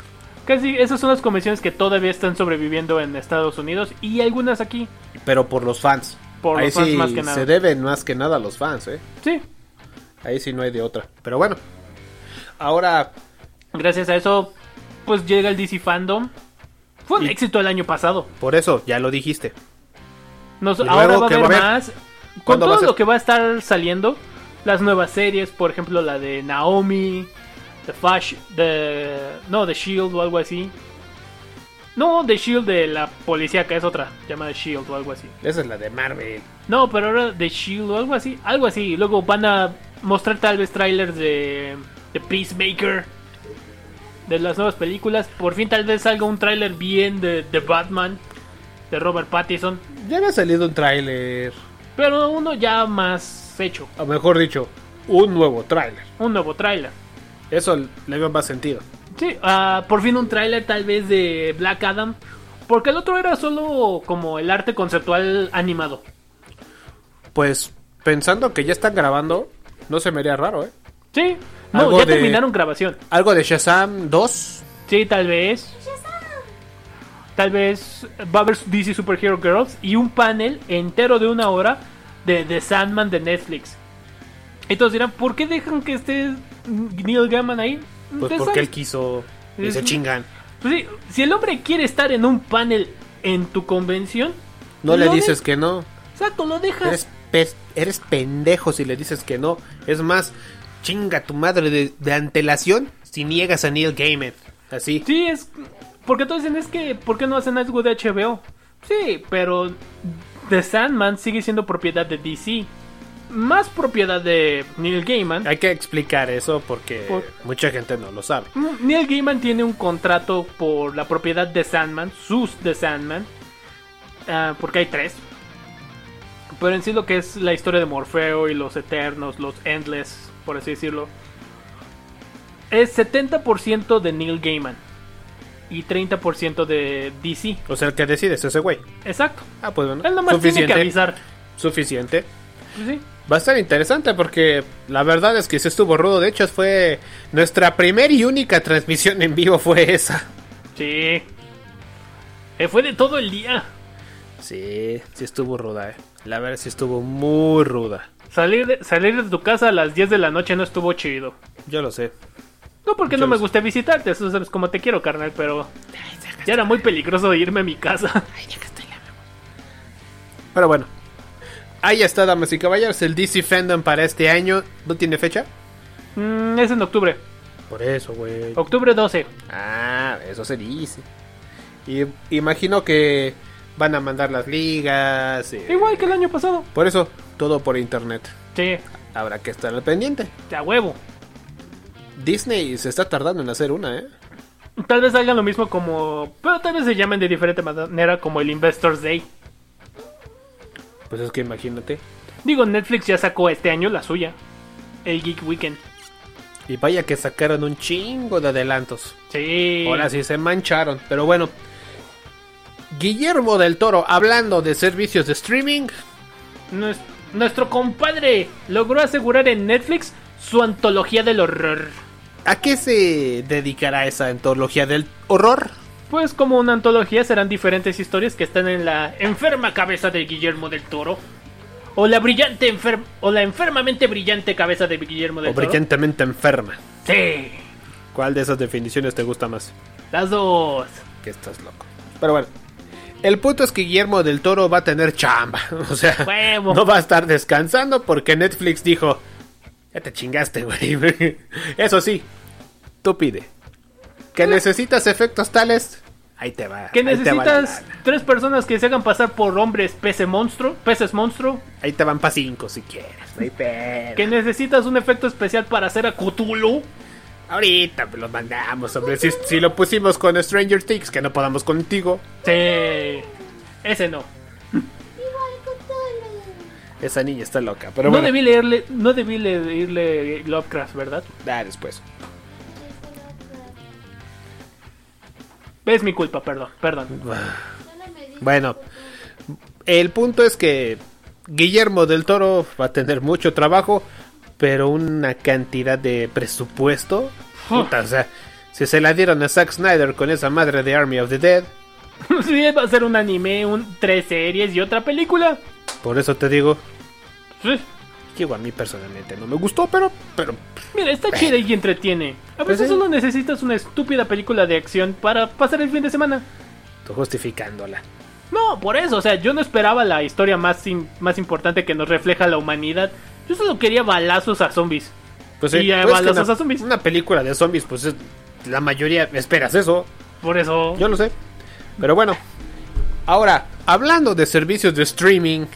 Speaker 4: Casi esas son las convenciones que todavía están sobreviviendo en Estados Unidos y algunas aquí.
Speaker 3: Pero por los fans.
Speaker 4: Por
Speaker 3: Ahí
Speaker 4: los fans
Speaker 3: sí
Speaker 4: más que nada.
Speaker 3: Se deben más que nada a los fans, ¿eh?
Speaker 4: Sí,
Speaker 3: Ahí sí no hay de otra. Pero bueno. Ahora,
Speaker 4: gracias a eso, pues llega el DC Fandom. Fue un éxito el año pasado.
Speaker 3: por eso, ya lo dijiste.
Speaker 4: Nos-
Speaker 3: ¿Y
Speaker 4: ahora
Speaker 3: luego
Speaker 4: va a
Speaker 3: qué
Speaker 4: haber
Speaker 3: va a haber?
Speaker 4: más. Con
Speaker 3: ¿Cuándo va a
Speaker 4: todo
Speaker 3: ser?
Speaker 4: lo que va a estar saliendo, las nuevas series, por ejemplo, la de Naomi, The Flash, The. No, The Shield o algo así. No, The Shield de la policía, que es otra, llamada Shield o algo así.
Speaker 3: Esa es la de Marvel.
Speaker 4: No, pero ahora The Shield o algo así, algo así. Luego van a mostrar tal vez trailers de, de Peacemaker, de las nuevas películas. Por fin, tal vez salga un trailer bien de, de Batman, de Robert Pattinson.
Speaker 3: Ya había salido un tráiler.
Speaker 4: Pero uno ya más hecho,
Speaker 3: O mejor dicho, un nuevo tráiler.
Speaker 4: un nuevo tráiler.
Speaker 3: Eso le veo más sentido.
Speaker 4: Sí, ah, por fin un tráiler tal vez de Black Adam, porque el otro era solo como el arte conceptual animado.
Speaker 3: Pues pensando que ya están grabando, no se me haría raro, ¿eh?
Speaker 4: Sí, no,
Speaker 3: Algo
Speaker 4: ya
Speaker 3: de-
Speaker 4: terminaron grabación.
Speaker 3: Algo de Shazam 2.
Speaker 4: Sí, tal vez. Tal vez va a haber DC Superhero Girls y un panel entero de una hora de The Sandman de Netflix. Y todos dirán, ¿por qué dejan que esté Neil Gaiman ahí?
Speaker 3: Pues
Speaker 4: The
Speaker 3: porque
Speaker 4: Sand-
Speaker 3: él quiso. Y
Speaker 4: Es-
Speaker 3: se chingan.
Speaker 4: Pues sí, si el hombre quiere estar en un panel en tu convención,
Speaker 3: No Ah. le
Speaker 4: lo de-
Speaker 3: dices que no.
Speaker 4: Exacto, lo dejas.
Speaker 3: Eres, pe- eres pendejo si le dices que no. Es más, chinga tu madre de, de antelación si niegas a Neil Gaiman. Así.
Speaker 4: Sí, es. Porque todos dicen, es que, ¿por qué no hacen algo de HBO? Sí, pero The Sandman sigue siendo propiedad de DC. Más propiedad de Neil Gaiman.
Speaker 3: Hay que explicar eso porque
Speaker 4: Por-
Speaker 3: mucha gente no lo sabe.
Speaker 4: Mm, Neil Gaiman tiene un contrato por la propiedad de Sandman, sus de Sandman, ah, porque hay tres. Pero en sí lo que es la historia de Morfeo y los Eternos, los Endless, por así decirlo, es 70% de Neil Gaiman y 30% de DC.
Speaker 3: O sea, el que decide es ese güey.
Speaker 4: Exacto.
Speaker 3: Ah, pues bueno.
Speaker 4: Él nomás tiene que avisar.
Speaker 3: Suficiente.
Speaker 4: Pues sí.
Speaker 3: Va a estar interesante porque la verdad es que se estuvo rudo. De hecho, fue nuestra primera y única transmisión en vivo fue esa.
Speaker 4: Sí. Eh, fue de todo el día.
Speaker 3: Sí, sí estuvo ruda, eh. La verdad sí estuvo muy ruda.
Speaker 4: Salir de, salir de tu casa a las 10 de la noche no estuvo chido.
Speaker 3: Yo lo sé.
Speaker 4: No porque no me guste visitarte, eso sabes cómo te quiero, carnal, pero ya era muy peligroso irme a mi casa. [laughs]
Speaker 3: Pero bueno. Ahí está, damas y caballeros, el DC Fandom para este año. ¿No tiene fecha?
Speaker 4: Mm, es en octubre,
Speaker 3: Por eso, güey.
Speaker 4: octubre 12.
Speaker 3: Ah, eso se dice. Y imagino que van a mandar las ligas. eh,
Speaker 4: Igual que el año pasado.
Speaker 3: Por eso, todo por internet.
Speaker 4: Sí,
Speaker 3: Habrá que estar al pendiente.
Speaker 4: a huevo.
Speaker 3: Disney se está tardando en hacer una, ¿eh?
Speaker 4: Tal vez hagan lo mismo como... Pero tal vez se llamen de diferente manera como el Investors Day.
Speaker 3: Pues es que imagínate.
Speaker 4: Digo, Netflix ya sacó este año la suya. El Geek Weekend.
Speaker 3: Y vaya que sacaron un chingo de adelantos.
Speaker 4: Sí.
Speaker 3: Ahora sí se mancharon, pero bueno. Guillermo del Toro, hablando de servicios de streaming,
Speaker 4: Nues- nuestro compadre logró asegurar en Netflix su antología del horror.
Speaker 3: ¿a qué se dedicará esa antología del horror?
Speaker 4: Pues como una antología serán diferentes historias que están en la enferma cabeza de Guillermo del Toro. O la brillante enfer- o la enfermamente brillante cabeza de Guillermo del
Speaker 3: O brillantemente enferma.
Speaker 4: Toro. Sí.
Speaker 3: ¿Cuál de esas definiciones te gusta más?
Speaker 4: Las dos.
Speaker 3: Que estás loco. Pero bueno. El punto es que Guillermo del Toro va a tener chamba. [laughs] O sea,
Speaker 4: Huevo.
Speaker 3: no va a estar descansando porque Netflix dijo: Ya te chingaste, güey. [laughs] Eso sí, tú pide. Que necesitas efectos tales, ahí te va.
Speaker 4: Que
Speaker 3: ahí te va la
Speaker 4: necesitas
Speaker 3: lana.
Speaker 4: tres personas que se hagan pasar por hombres pese monstruo, peces monstruo.
Speaker 3: Ahí te van para cinco si quieres. No hay pedo.
Speaker 4: Que necesitas un efecto especial para hacer a Cthulhu.
Speaker 3: Ahorita pues, lo mandamos, hombre. Si, si lo pusimos con Stranger Things, que no podamos contigo.
Speaker 4: Sí. Ese no.
Speaker 3: Esa niña está loca. Pero
Speaker 4: no
Speaker 3: bueno,
Speaker 4: debí leerle, no debí leerle Lovecraft, ¿verdad?
Speaker 3: da después.
Speaker 4: Es mi culpa, perdón, perdón.
Speaker 3: Bueno, el punto es que Guillermo del Toro va a tener mucho trabajo, pero una cantidad de presupuesto. Puta, o sea, si se la dieron a Zack Snyder con esa madre de Army of the Dead,
Speaker 4: [laughs] Sí, va a ser un anime, un, tres series y otra película.
Speaker 3: por eso te digo,
Speaker 4: Sí.
Speaker 3: digo a mí personalmente no me gustó, pero, pero
Speaker 4: Mira, está chida y entretiene. A
Speaker 3: Pues
Speaker 4: veces
Speaker 3: sí.
Speaker 4: solo necesitas una estúpida película de acción para pasar el fin de semana.
Speaker 3: tú justificándola.
Speaker 4: No, por eso, o sea, yo no esperaba la historia más, im- más importante que nos refleja la humanidad. Yo solo quería balazos a zombies.
Speaker 3: Pues,
Speaker 4: Y ya
Speaker 3: pues,
Speaker 4: van
Speaker 3: que
Speaker 4: los
Speaker 3: una,
Speaker 4: a zombies.
Speaker 3: una película de zombies, pues es- la mayoría esperas eso.
Speaker 4: Por eso.
Speaker 3: Yo lo sé. Pero bueno. Ahora, hablando de servicios de streaming,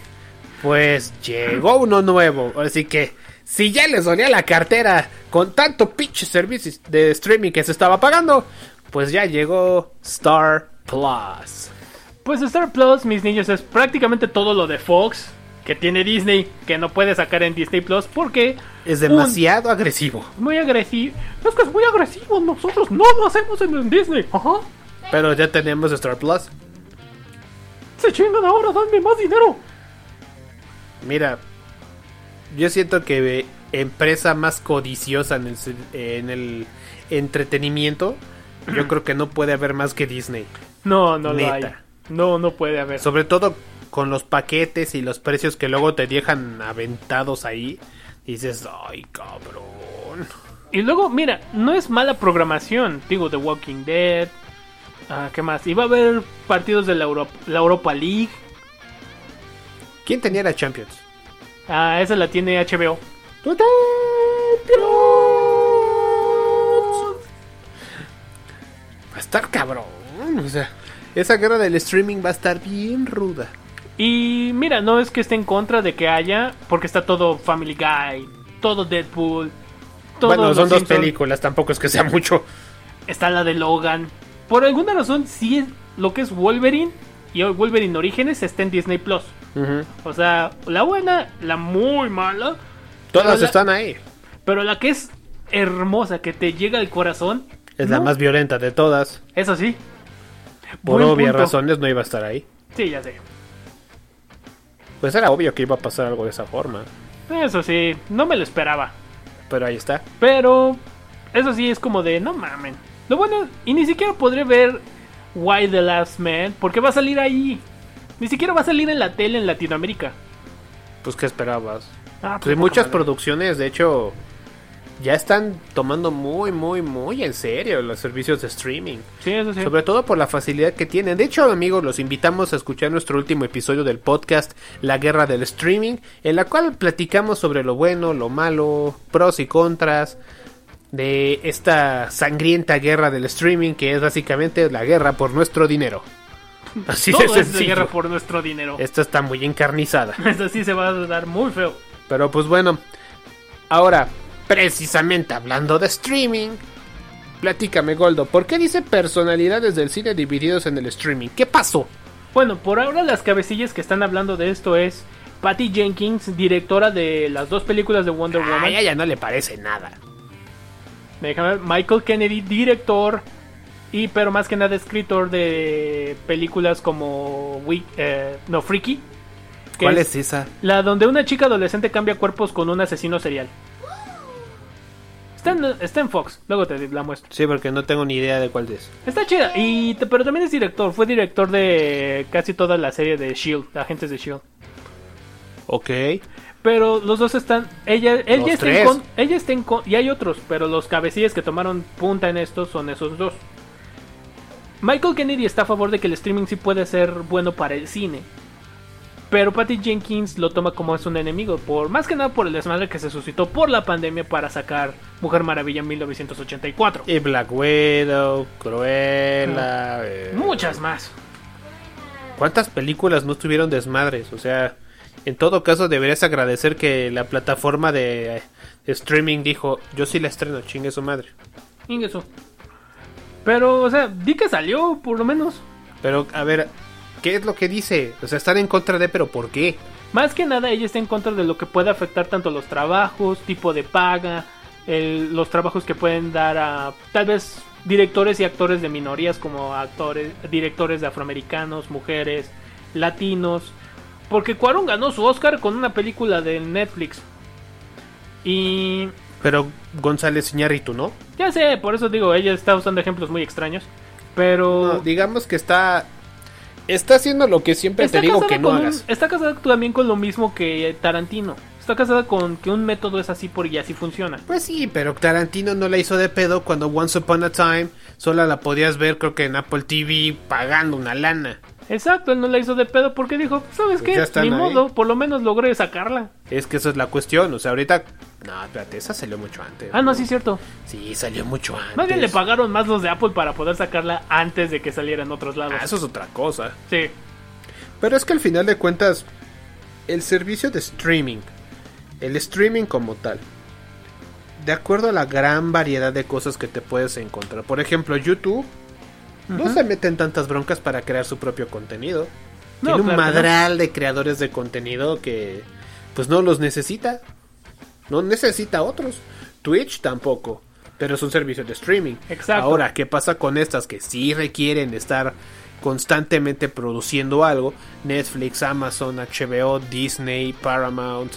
Speaker 3: pues llegó uno nuevo. Así que, si ya les dolía la cartera con tanto pinche servicios de streaming que se estaba pagando, pues ya llegó Star Plus.
Speaker 4: Pues Star Plus, mis niños, es prácticamente todo lo de Fox que tiene Disney, que no puede sacar en Disney Plus porque
Speaker 3: Es
Speaker 4: un-
Speaker 3: demasiado agresivo.
Speaker 4: muy agresivo. Es que es muy agresivo, nosotros no lo hacemos en, en Disney. Ajá.
Speaker 3: Pero ya tenemos Star Plus.
Speaker 4: Se chingan ahora, dame más dinero.
Speaker 3: Mira, yo siento que eh, empresa más codiciosa en el, se- en el entretenimiento, yo creo que no puede haber más que Disney.
Speaker 4: No, no lo hay.
Speaker 3: Neta.
Speaker 4: No, no puede haber.
Speaker 3: Sobre todo con los paquetes y los precios que luego te dejan aventados ahí. Dices, ay cabrón.
Speaker 4: Y luego, mira, no es mala programación. Digo, The Walking Dead. Ah, ¿Qué más? Y va a haber partidos de la, Euro- la Europa League.
Speaker 3: ¿Quién tenía la Champions?
Speaker 4: Ah, esa la tiene HBO.
Speaker 3: Va a estar cabrón. O sea, esa guerra del streaming va a estar bien ruda.
Speaker 4: Y mira, no es que esté en contra de que haya, porque está todo Family Guy, todo Deadpool, todo
Speaker 3: bueno,
Speaker 4: Los
Speaker 3: son dos
Speaker 4: Simpson,
Speaker 3: películas, tampoco es que sea mucho.
Speaker 4: Está la de Logan. Por alguna razón, sí es lo que es Wolverine y Wolverine Orígenes está en Disney Plus. O sea, la buena, la muy mala,
Speaker 3: Todas
Speaker 4: la-
Speaker 3: están ahí.
Speaker 4: pero la que es hermosa, que te llega al corazón,
Speaker 3: Es la
Speaker 4: No.
Speaker 3: más violenta de todas.
Speaker 4: eso sí.
Speaker 3: Por
Speaker 4: Buen
Speaker 3: obvias
Speaker 4: punto.
Speaker 3: razones no iba a estar ahí.
Speaker 4: Sí, ya sé.
Speaker 3: Pues era obvio que iba a pasar algo de esa forma.
Speaker 4: Eso sí, no me lo esperaba.
Speaker 3: Pero ahí está.
Speaker 4: Pero eso sí es como de no mamen. Lo bueno, y ni siquiera podré ver Why the Last Man porque va a salir ahí. Ni siquiera va a salir en la tele en Latinoamérica.
Speaker 3: Pues qué esperabas.
Speaker 4: Ah,
Speaker 3: Pues hay muchas
Speaker 4: poca madre.
Speaker 3: producciones, de hecho, ya están tomando muy, muy, muy en serio los servicios de streaming.
Speaker 4: Sí, eso sí.
Speaker 3: Sobre todo por la facilidad que tienen. De hecho, amigos, los invitamos a escuchar nuestro último episodio del podcast La Guerra del Streaming, en la cual platicamos sobre lo bueno, lo malo, pros y contras de esta sangrienta guerra del streaming, que es básicamente la guerra por nuestro dinero. Así
Speaker 4: Todo
Speaker 3: de
Speaker 4: es de
Speaker 3: sencillo.
Speaker 4: guerra por nuestro dinero.
Speaker 3: Esta está muy encarnizada.
Speaker 4: [laughs] Eso sí se va a dar muy feo.
Speaker 3: Pero pues bueno, ahora, precisamente hablando de streaming, platícame Goldo, ¿por qué dice personalidades del cine divididos en el streaming? ¿Qué pasó?
Speaker 4: Bueno, por ahora las cabecillas que están hablando de esto es Patty Jenkins, directora de las dos películas de Wonder Woman.
Speaker 3: A ella ya no le parece nada.
Speaker 4: Déjame ver, Michael Kennedy, director y pero más que nada escritor de películas como Wi- eh, no Freaky, que
Speaker 3: ¿Cuál es, esa?
Speaker 4: la donde una chica adolescente cambia cuerpos con un asesino serial. Está en, está en Fox, luego te la muestro.
Speaker 3: Sí, porque no tengo ni idea de cuál es.
Speaker 4: Está chida, y, t- pero también es director, fue director de casi toda la serie de Shield, de E Agentes de Shield.
Speaker 3: Ok.
Speaker 4: Pero los dos están. Ella, él
Speaker 3: Los
Speaker 4: ya está en
Speaker 3: tres.
Speaker 4: con, ella está en con- Y hay otros, pero los cabecillas que tomaron punta en estos son esos dos. Michael Kennedy está a favor de que el streaming sí puede ser bueno para el cine. Pero Patty Jenkins lo toma como es un enemigo, por más que nada por el desmadre que se suscitó por la pandemia para sacar Mujer Maravilla en 1984.
Speaker 3: Y Black Widow, Cruella. eh,
Speaker 4: Muchas más.
Speaker 3: ¿Cuántas películas no tuvieron desmadres? O sea, en todo caso deberías agradecer que la plataforma de eh, streaming dijo, yo sí la estreno, chingue su madre.
Speaker 4: Ingreso. Pero, o sea, di que salió, por lo menos.
Speaker 3: Pero, a ver, ¿qué es lo que dice? O sea, están en contra de, pero ¿por qué?
Speaker 4: Más que nada, ella está en contra de lo que puede afectar tanto los trabajos, tipo de paga, el- los trabajos que pueden dar a tal vez directores y actores de minorías como actores, directores de afroamericanos, mujeres, latinos. Porque Cuarón ganó su Oscar con una película de Netflix. Y
Speaker 3: Pero González Iñárritu, ¿no?
Speaker 4: ya sé, por eso digo, ella está usando ejemplos muy extraños. Pero
Speaker 3: No, digamos que está... Está haciendo lo que siempre te digo
Speaker 4: casada
Speaker 3: que no
Speaker 4: con un-
Speaker 3: hagas.
Speaker 4: está casada también con lo mismo que Tarantino. Está casada con que un método es así porque así funciona.
Speaker 3: Pues sí, pero Tarantino no la hizo de pedo cuando Once Upon a Time sola la podías ver creo que en Apple TV pagando una lana.
Speaker 4: Exacto, él no la hizo de pedo porque dijo, ¿sabes
Speaker 3: Pues ya
Speaker 4: qué?
Speaker 3: están
Speaker 4: Ni
Speaker 3: ahí.
Speaker 4: modo, por lo menos logré sacarla.
Speaker 3: Es que esa es la cuestión, o sea, ahorita... No, espérate, esa salió mucho antes.
Speaker 4: Ah, no, sí es cierto.
Speaker 3: Sí, salió mucho antes.
Speaker 4: Más bien le pagaron más los de Apple para poder sacarla antes de que saliera en otros lados.
Speaker 3: Ah, eso es otra cosa.
Speaker 4: Sí.
Speaker 3: Pero es que al final de cuentas, el servicio de streaming, el streaming como tal, de acuerdo a la gran variedad de cosas que te puedes encontrar. Por ejemplo, YouTube no se meten tantas broncas para crear su propio contenido.
Speaker 4: No,
Speaker 3: Tiene un
Speaker 4: claro que no.
Speaker 3: madral de creadores de contenido que pues no los necesita. No necesita otros. Twitch tampoco. Pero es un servicio de streaming.
Speaker 4: Exacto.
Speaker 3: Ahora, ¿qué pasa con estas que sí requieren estar constantemente produciendo algo? Netflix, Amazon, HBO, Disney, Paramount,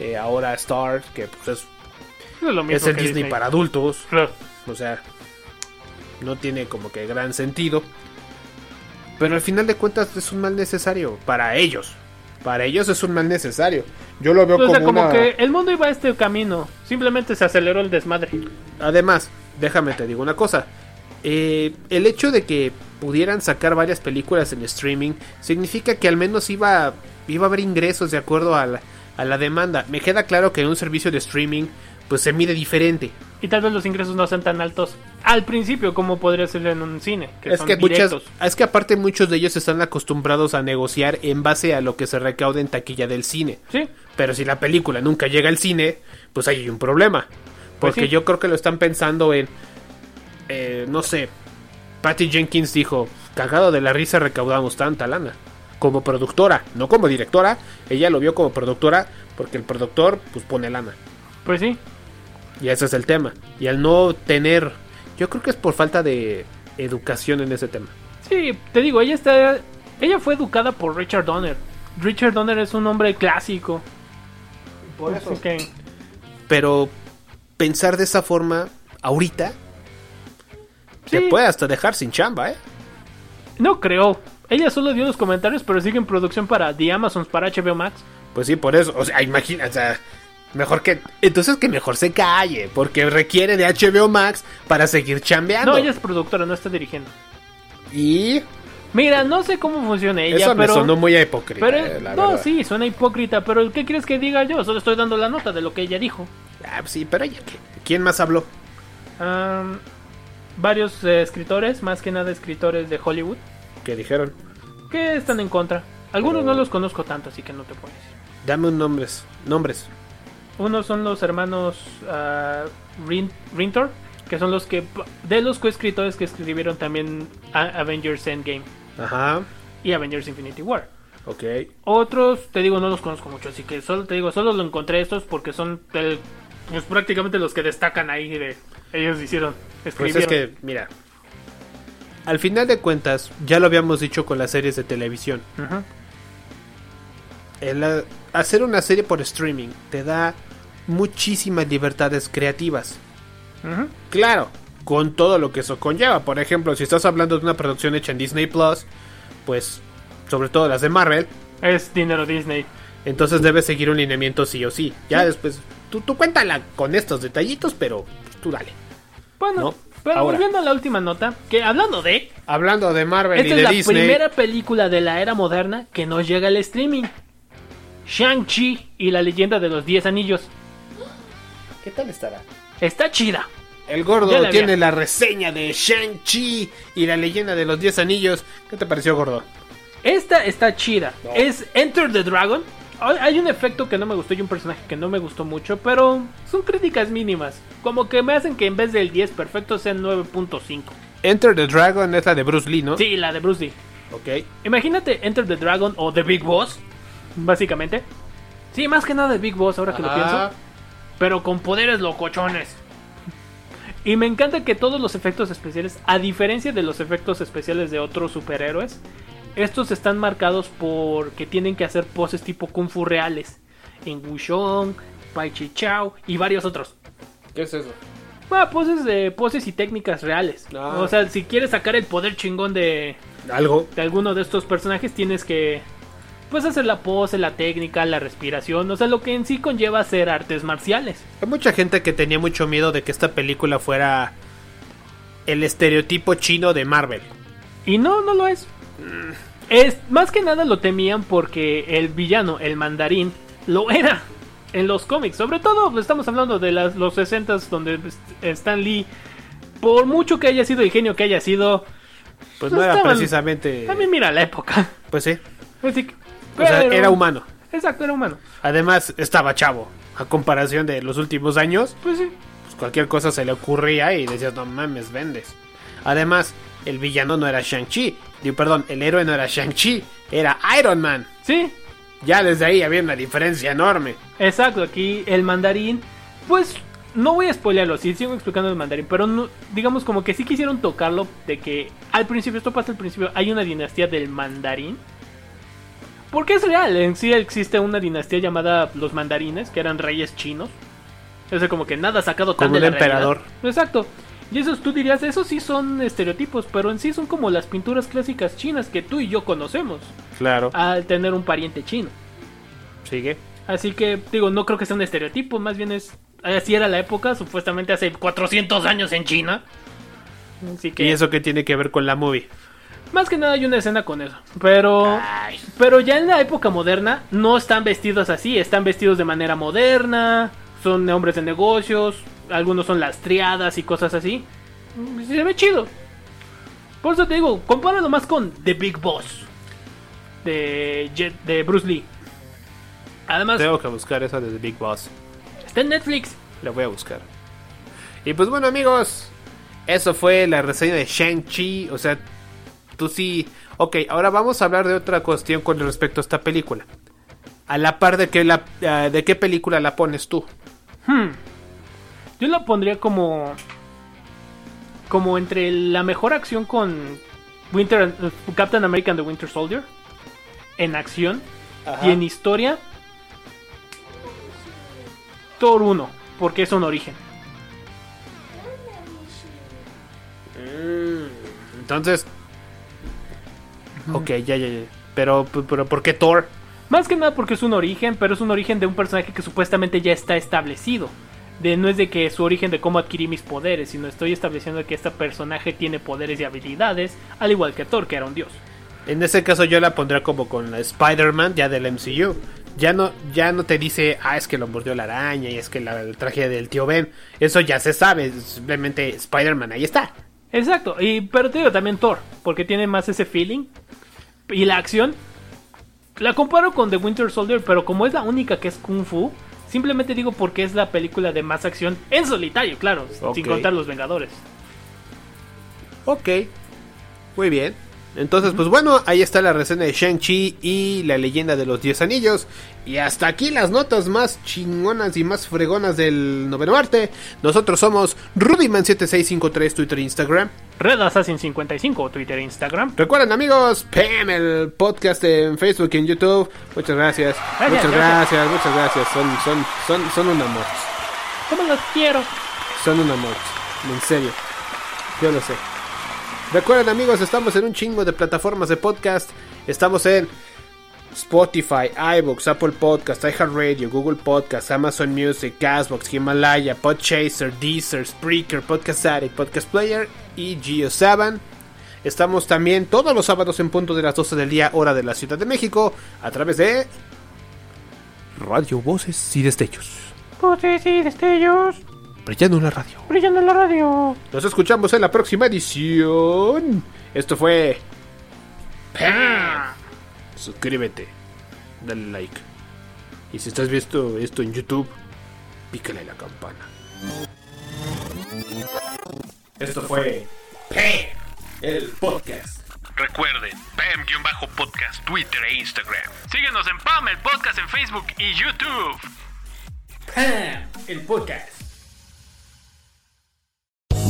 Speaker 3: eh, ahora Star, que pues, es,
Speaker 4: Eso es lo mismo
Speaker 3: es el
Speaker 4: que
Speaker 3: Disney para adultos.
Speaker 4: Claro.
Speaker 3: O sea, no tiene como que gran sentido. Pero al final de cuentas es un mal necesario para ellos. Para ellos es un mal necesario. Yo lo veo
Speaker 4: O
Speaker 3: como,
Speaker 4: sea, como
Speaker 3: una-
Speaker 4: que el mundo iba a este camino. Simplemente se aceleró el desmadre.
Speaker 3: Además, déjame te digo una cosa. Eh, el hecho de que pudieran sacar varias películas en streaming significa que al menos iba, iba a haber ingresos de acuerdo a la, a la demanda. Me queda claro que en un servicio de streaming pues se mide diferente.
Speaker 4: Y tal vez los ingresos no sean tan altos al principio como podría ser en un cine. Que
Speaker 3: es
Speaker 4: son
Speaker 3: que muchas-
Speaker 4: directos.
Speaker 3: es que aparte muchos de ellos están acostumbrados a negociar en base a lo que se recauda en taquilla del cine.
Speaker 4: Sí,
Speaker 3: Pero si la película nunca llega al cine, pues ahí hay un problema.
Speaker 4: Pues
Speaker 3: Porque
Speaker 4: sí.
Speaker 3: yo creo que lo están pensando en. eh, no sé. Patty Jenkins dijo: Cagado de la risa recaudamos tanta lana. Como productora, no como directora. Ella lo vio como productora porque el productor pues pone lana.
Speaker 4: pues sí.
Speaker 3: Y ese es el tema. Y al no tener. Yo creo que es por falta de educación en ese tema.
Speaker 4: Sí, te digo, ella está. Ella fue educada por Richard Donner. Richard Donner es un hombre clásico. Por eso.
Speaker 3: Pero pensar de esa forma ahorita te
Speaker 4: Sí.
Speaker 3: puede hasta dejar sin chamba, ¿eh?
Speaker 4: No creo. Ella solo dio los comentarios, pero sigue en producción para The Amazons, para HBO Max.
Speaker 3: Pues sí, por eso. O sea, imagina, o sea, mejor que. Entonces que mejor se calle, porque requiere de HBO Max para seguir chambeando.
Speaker 4: No, ella es productora, no está dirigiendo.
Speaker 3: Y
Speaker 4: Mira, no sé cómo funciona ella,
Speaker 3: eso me
Speaker 4: pero.
Speaker 3: sonó muy hipócrita.
Speaker 4: pero-
Speaker 3: eh, la
Speaker 4: no,
Speaker 3: verdad.
Speaker 4: sí, suena hipócrita, pero ¿qué quieres que diga yo? Solo estoy dando la nota de lo que ella dijo.
Speaker 3: Ah, pues sí, pero ella, ¿qué? ¿quién más habló?
Speaker 4: Am, varios eh, escritores, más que nada escritores de Hollywood,
Speaker 3: Que dijeron,
Speaker 4: que están en contra. Algunos
Speaker 3: Oh.
Speaker 4: no los conozco tanto, así que no te puedo decir.
Speaker 3: dame un nombres, nombres.
Speaker 4: Uno son los hermanos ah, Rin- Rintor, que son los que de los coescritores que escribieron también A- Avengers Endgame
Speaker 3: Ajá,
Speaker 4: y Avengers Infinity War.
Speaker 3: ok.
Speaker 4: Otros, te digo, no los conozco mucho, así que solo te digo, solo lo encontré estos porque son el- pues prácticamente los que destacan ahí de ellos hicieron,
Speaker 3: Pues
Speaker 4: escribieron.
Speaker 3: es que, mira. Al final de cuentas, ya lo habíamos dicho con las series de televisión.
Speaker 4: Ujú.
Speaker 3: el ah, hacer una serie por streaming te da muchísimas libertades creativas.
Speaker 4: Ujú.
Speaker 3: Claro, con todo lo que eso conlleva. Por ejemplo, si estás hablando de una producción hecha en Disney Plus, pues sobre todo las de Marvel,
Speaker 4: Es dinero Disney.
Speaker 3: entonces debes seguir un lineamiento sí o sí. Ya después, tú, tú cuéntala con estos detallitos, pero pues, tú dale.
Speaker 4: Bueno,
Speaker 3: No,
Speaker 4: pero
Speaker 3: ahora.
Speaker 4: volviendo a la última nota, que hablando de,
Speaker 3: Hablando de Marvel
Speaker 4: esta
Speaker 3: y
Speaker 4: es
Speaker 3: de
Speaker 4: la
Speaker 3: Disney,
Speaker 4: primera película de la era moderna que nos llega al streaming. Shang-Chi y la leyenda de los 10 anillos.
Speaker 3: ¿Qué tal estará?
Speaker 4: Está chida.
Speaker 3: El
Speaker 4: Ya
Speaker 3: gordo
Speaker 4: la
Speaker 3: tiene
Speaker 4: vi.
Speaker 3: la reseña de Shang-Chi y la leyenda de los 10 anillos. ¿Qué te pareció, gordo?
Speaker 4: Esta está chida. Es Enter the Dragon. Hay hay un efecto que no me gustó y un personaje que no me gustó mucho, pero son críticas mínimas. Como que me hacen que en vez del 10 perfecto sea 9.5.
Speaker 3: Enter the Dragon es la de Bruce Lee, ¿no?
Speaker 4: Sí, la de Bruce Lee.
Speaker 3: Ok.
Speaker 4: Imagínate Enter the Dragon o The Big Boss, básicamente. Sí, más que nada The Big Boss, ahora que lo
Speaker 3: Ajá.
Speaker 4: pienso. pero con poderes locochones. Y me encanta que todos los efectos especiales, a diferencia de los efectos especiales de otros superhéroes, estos están marcados porque tienen que hacer poses tipo kung fu reales. En Wushong, Pai Chi Chao y varios otros.
Speaker 3: ¿Qué es eso?
Speaker 4: Ah, poses, de poses y técnicas reales.
Speaker 3: Ah.
Speaker 4: O sea, si quieres sacar el poder chingón de,
Speaker 3: Algo.
Speaker 4: de alguno de estos personajes, tienes que pues hacer la pose, la técnica, la respiración. O sea, lo que en sí conlleva hacer artes marciales.
Speaker 3: Hay mucha gente que tenía mucho miedo de que esta película fuera el estereotipo chino de Marvel.
Speaker 4: Y no, no lo es. es. Más que nada lo temían porque el villano, el mandarín, lo era en los cómics. Sobre todo estamos hablando de las, los 60 donde St- Stan Lee, por mucho que haya sido el genio que haya sido,
Speaker 3: Pues no era
Speaker 4: estaban-
Speaker 3: precisamente.
Speaker 4: También mira la época. [laughs]
Speaker 3: Pues sí.
Speaker 4: Así que-
Speaker 3: Eh. O sea,
Speaker 4: pero-
Speaker 3: era humano.
Speaker 4: Exacto, era humano.
Speaker 3: Además, estaba chavo. A comparación de los últimos años,
Speaker 4: Pues sí.
Speaker 3: pues cualquier cosa se le ocurría y decías, no mames, vendes. Además, el villano no era Shang-Chi. Digo, perdón, el héroe no era Shang-Chi, era Iron Man.
Speaker 4: Sí,
Speaker 3: Ya desde ahí había una diferencia enorme.
Speaker 4: Exacto, aquí el mandarín, pues no voy a spoilearlo, sí sigo explicando el mandarín, pero no- digamos como que sí quisieron tocarlo de que al principio, esto pasa al principio, hay una dinastía del mandarín. Porque es real, en sí existe una dinastía llamada los mandarines, que eran reyes chinos. O sea, como que nada sacado tan
Speaker 3: Como
Speaker 4: de
Speaker 3: un
Speaker 4: la realidad.
Speaker 3: emperador.
Speaker 4: Exacto. Y esos tú dirías, esos sí son estereotipos, pero en sí son como las pinturas clásicas chinas que tú y yo conocemos
Speaker 3: Claro.
Speaker 4: al tener un pariente chino.
Speaker 3: Sigue.
Speaker 4: Así que, digo, no creo que sea un estereotipo, más bien es. Así era la época, supuestamente hace 400 años en China. Así que.
Speaker 3: ¿Y eso qué tiene que ver con la movie?
Speaker 4: Más que nada hay una escena con eso. Pero. Pero ya en la época moderna, no están vestidos así, están vestidos de manera moderna, son hombres de negocios, algunos son lastriadas y cosas así. Y Se ve chido. Por eso te digo, compáralo más con The Big Boss de, Jet- de Bruce Lee. Además,
Speaker 3: Tengo que buscar esa de The Big Boss.
Speaker 4: está en Netflix.
Speaker 3: La voy a buscar. Y pues bueno, amigos. Eso fue la reseña de Shang-Chi. O sea, tú sí. Ok, ahora vamos a hablar de otra cuestión con respecto a esta película. A la par de, que la, ah, de qué película la pones tú.
Speaker 4: Hmm. Yo la pondría como. Como entre la mejor acción con Winter, eh, Captain America and the Winter Soldier. En acción. Y en historia. Thor 1. Porque es un origen.
Speaker 3: Entonces. Ok, ya, ya, ya. Pero, pero ¿por qué Thor?
Speaker 4: Más que nada porque es un origen, pero es un origen de un personaje que supuestamente ya está establecido. De, no es de que su origen de cómo adquirí mis poderes, sino estoy estableciendo que este personaje tiene poderes y habilidades, al igual que Thor, que era un dios.
Speaker 3: En ese caso yo la pondría como con la Spider-Man ya del MCU. Ya no, ya no te dice, ah, es que lo mordió la araña y es que la, el traje del tío Ben. Eso ya se sabe, simplemente Spider-Man, ahí está.
Speaker 4: Exacto, y, pero te digo también Thor, porque tiene más ese feeling. Y la acción, la comparo con The Winter Soldier, pero como es la única que es Kung Fu, simplemente digo porque es la película de más acción en solitario, claro,
Speaker 3: Ok.
Speaker 4: sin contar los Vengadores.
Speaker 3: Ok, muy bien. Entonces, pues bueno, ahí está la reseña de Shang-Chi y la leyenda de los 10 anillos. Y hasta aquí las notas más chingonas y más fregonas del noveno arte. Nosotros somos Rudyman7653, Twitter e Instagram.
Speaker 4: Red Assassin 55, Twitter e Instagram.
Speaker 3: Recuerden amigos, PM el podcast en Facebook y en YouTube. Muchas gracias. muchas gracias,
Speaker 4: gracias.
Speaker 3: muchas gracias. Son, son, son, son un amor.
Speaker 4: ¿Cómo los quiero?
Speaker 3: Son un amor. En serio. Yo lo sé. Recuerden amigos, estamos en un chingo de plataformas de podcast. Estamos en Spotify, iBooks, Apple Podcast, iHeartRadio, Google Podcast, Amazon Music, Gasbox, Himalaya, Podchaser, Deezer, Spreaker, Podcast Addict, Podcast Player y GeoSaban. Estamos también todos los sábados en punto de las 12 del día, hora de la Ciudad de México, a través de Radio Voces y Destellos.
Speaker 4: Voces y destellos,
Speaker 3: Brillando en la radio.
Speaker 4: brillando en la radio.
Speaker 3: Nos escuchamos en la próxima edición. Esto fue. ¡Pam! Suscríbete, dale like. Y si estás viendo esto en YouTube, pícale la campana. Esto fue. ¡Pam! El podcast.
Speaker 2: Recuerden, PAM-podcast, Twitter e Instagram.
Speaker 4: Síguenos en PAM, el podcast en Facebook y YouTube.
Speaker 2: Eh,
Speaker 3: ¡Pam! El podcast.